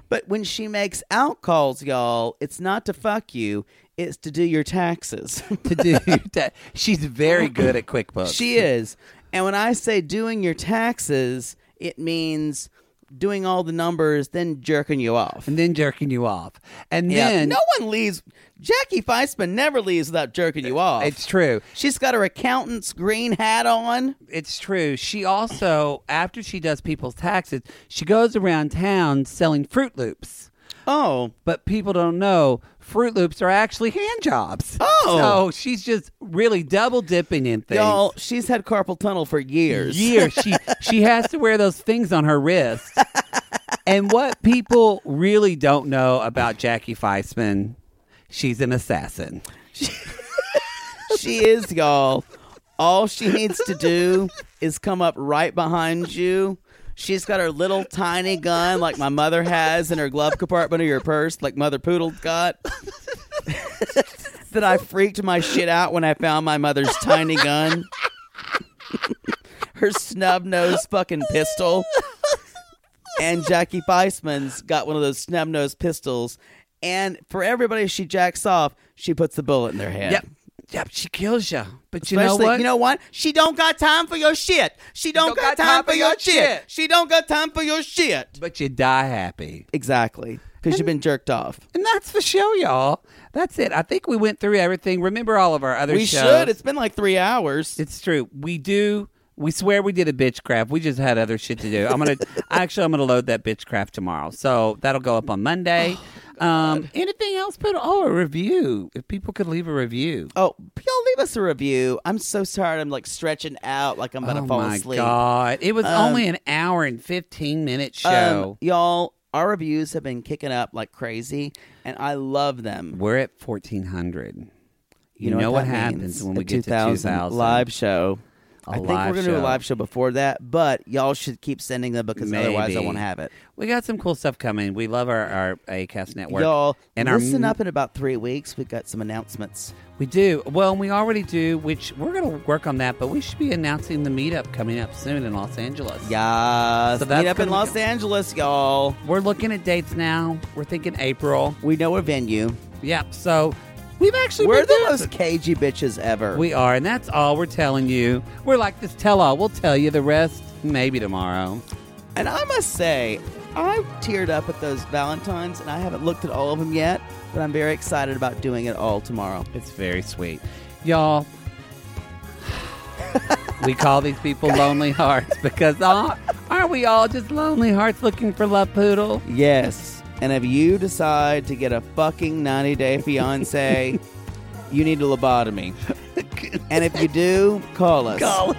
but when she makes out calls y'all it's not to fuck you it's to do your taxes
(laughs)
(laughs)
to do that, she's very good at QuickBooks.
She is. And when I say doing your taxes, it means doing all the numbers, then jerking you off.
and then jerking you off, and
Yeah.
then
no one leaves. Jackie Feistman never leaves without jerking you off.
it's true.
She's got her accountant's green hat on.
It's true. She also, after she does people's taxes, she goes around town selling Fruit Loops.
Oh,
but people don't know Fruit Loops are actually hand jobs.
Oh.
so she's just really double dipping in things.
y'all, she's had carpal tunnel for years.
Years she she has to wear those things on her wrist. and what people really don't know about Jackie Feisman, she's an assassin.
she is, y'all. All she needs to do is come up right behind you. She's got her little tiny gun, like my mother has in her glove compartment of your purse, like Mother Poodle's got. that I freaked my shit out when I found my mother's tiny gun. her snub nosed fucking pistol. And Jackie Feisman's got one of those snub nosed pistols. And for everybody she jacks off, she puts the bullet in their head.
Yep. Yep, she kills you. But you
Especially-
know what?
You know what? She don't got time for your shit. She don't, got, time, for your shit. She don't got time for your shit.
but you die happy.
Exactly. Because you've been jerked off.
And that's the show, y'all. That's it. I think we went through everything. Remember all of our other
We
shows.
should. It's been like three hours.
It's true. We do. We swear we did a bitch craft. We just had other shit to do. I'm
(laughs)
gonna actually I'm gonna load that bitch craft tomorrow, so that'll go up on
(gasps)
Monday.
Oh,
um, anything else? Put oh a review. If people could leave a review.
oh, y'all leave us a review. I'm so tired. I'm like stretching out like I'm about
oh
to fall
my
asleep.
god! It was only an hour and fifteen minute
Um,
show.
y'all, our reviews have been kicking up like crazy, and I love them.
We're at fourteen hundred. You, know, what,
that
happens
means.
when
A
we get to
2000
2000
live show.
A
I think
live
we're gonna do
show.
a live show before that, but y'all should keep sending them because otherwise I
Maybe.
won't have it.
We got some cool stuff coming. We love our, our ACAST network.
Y'all,
and our
listen up in about three weeks. We've got some announcements.
We do. Well, we already do, which we're going to work on that, but we should be announcing the meetup coming up soon in Los Angeles.
Yes.
So that's
Meet up in
gonna
Los
be-
Angeles, y'all.
We're looking at dates now. We're thinking April.
We know a venue.
Yep. So we've actually
We're
been
the
doing
most cagey bitches ever.
some- We are, and that's all we're telling you. We're like this tell all. We'll tell you the rest maybe tomorrow.
and I must say, I teared up at those Valentines, and I haven't looked at all of them yet, but I'm very excited about doing it all tomorrow.
It's very sweet. Y'all, (sighs) we call these people lonely hearts because all, aren't we all just lonely hearts looking for love poodle?
Yes. And if you decide to get a fucking 90 day
(laughs)
fiance, you need a lobotomy. and if you do, call us. Call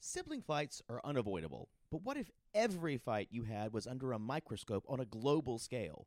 Sibling fights are unavoidable, but what if every fight you had was under a microscope on a global scale?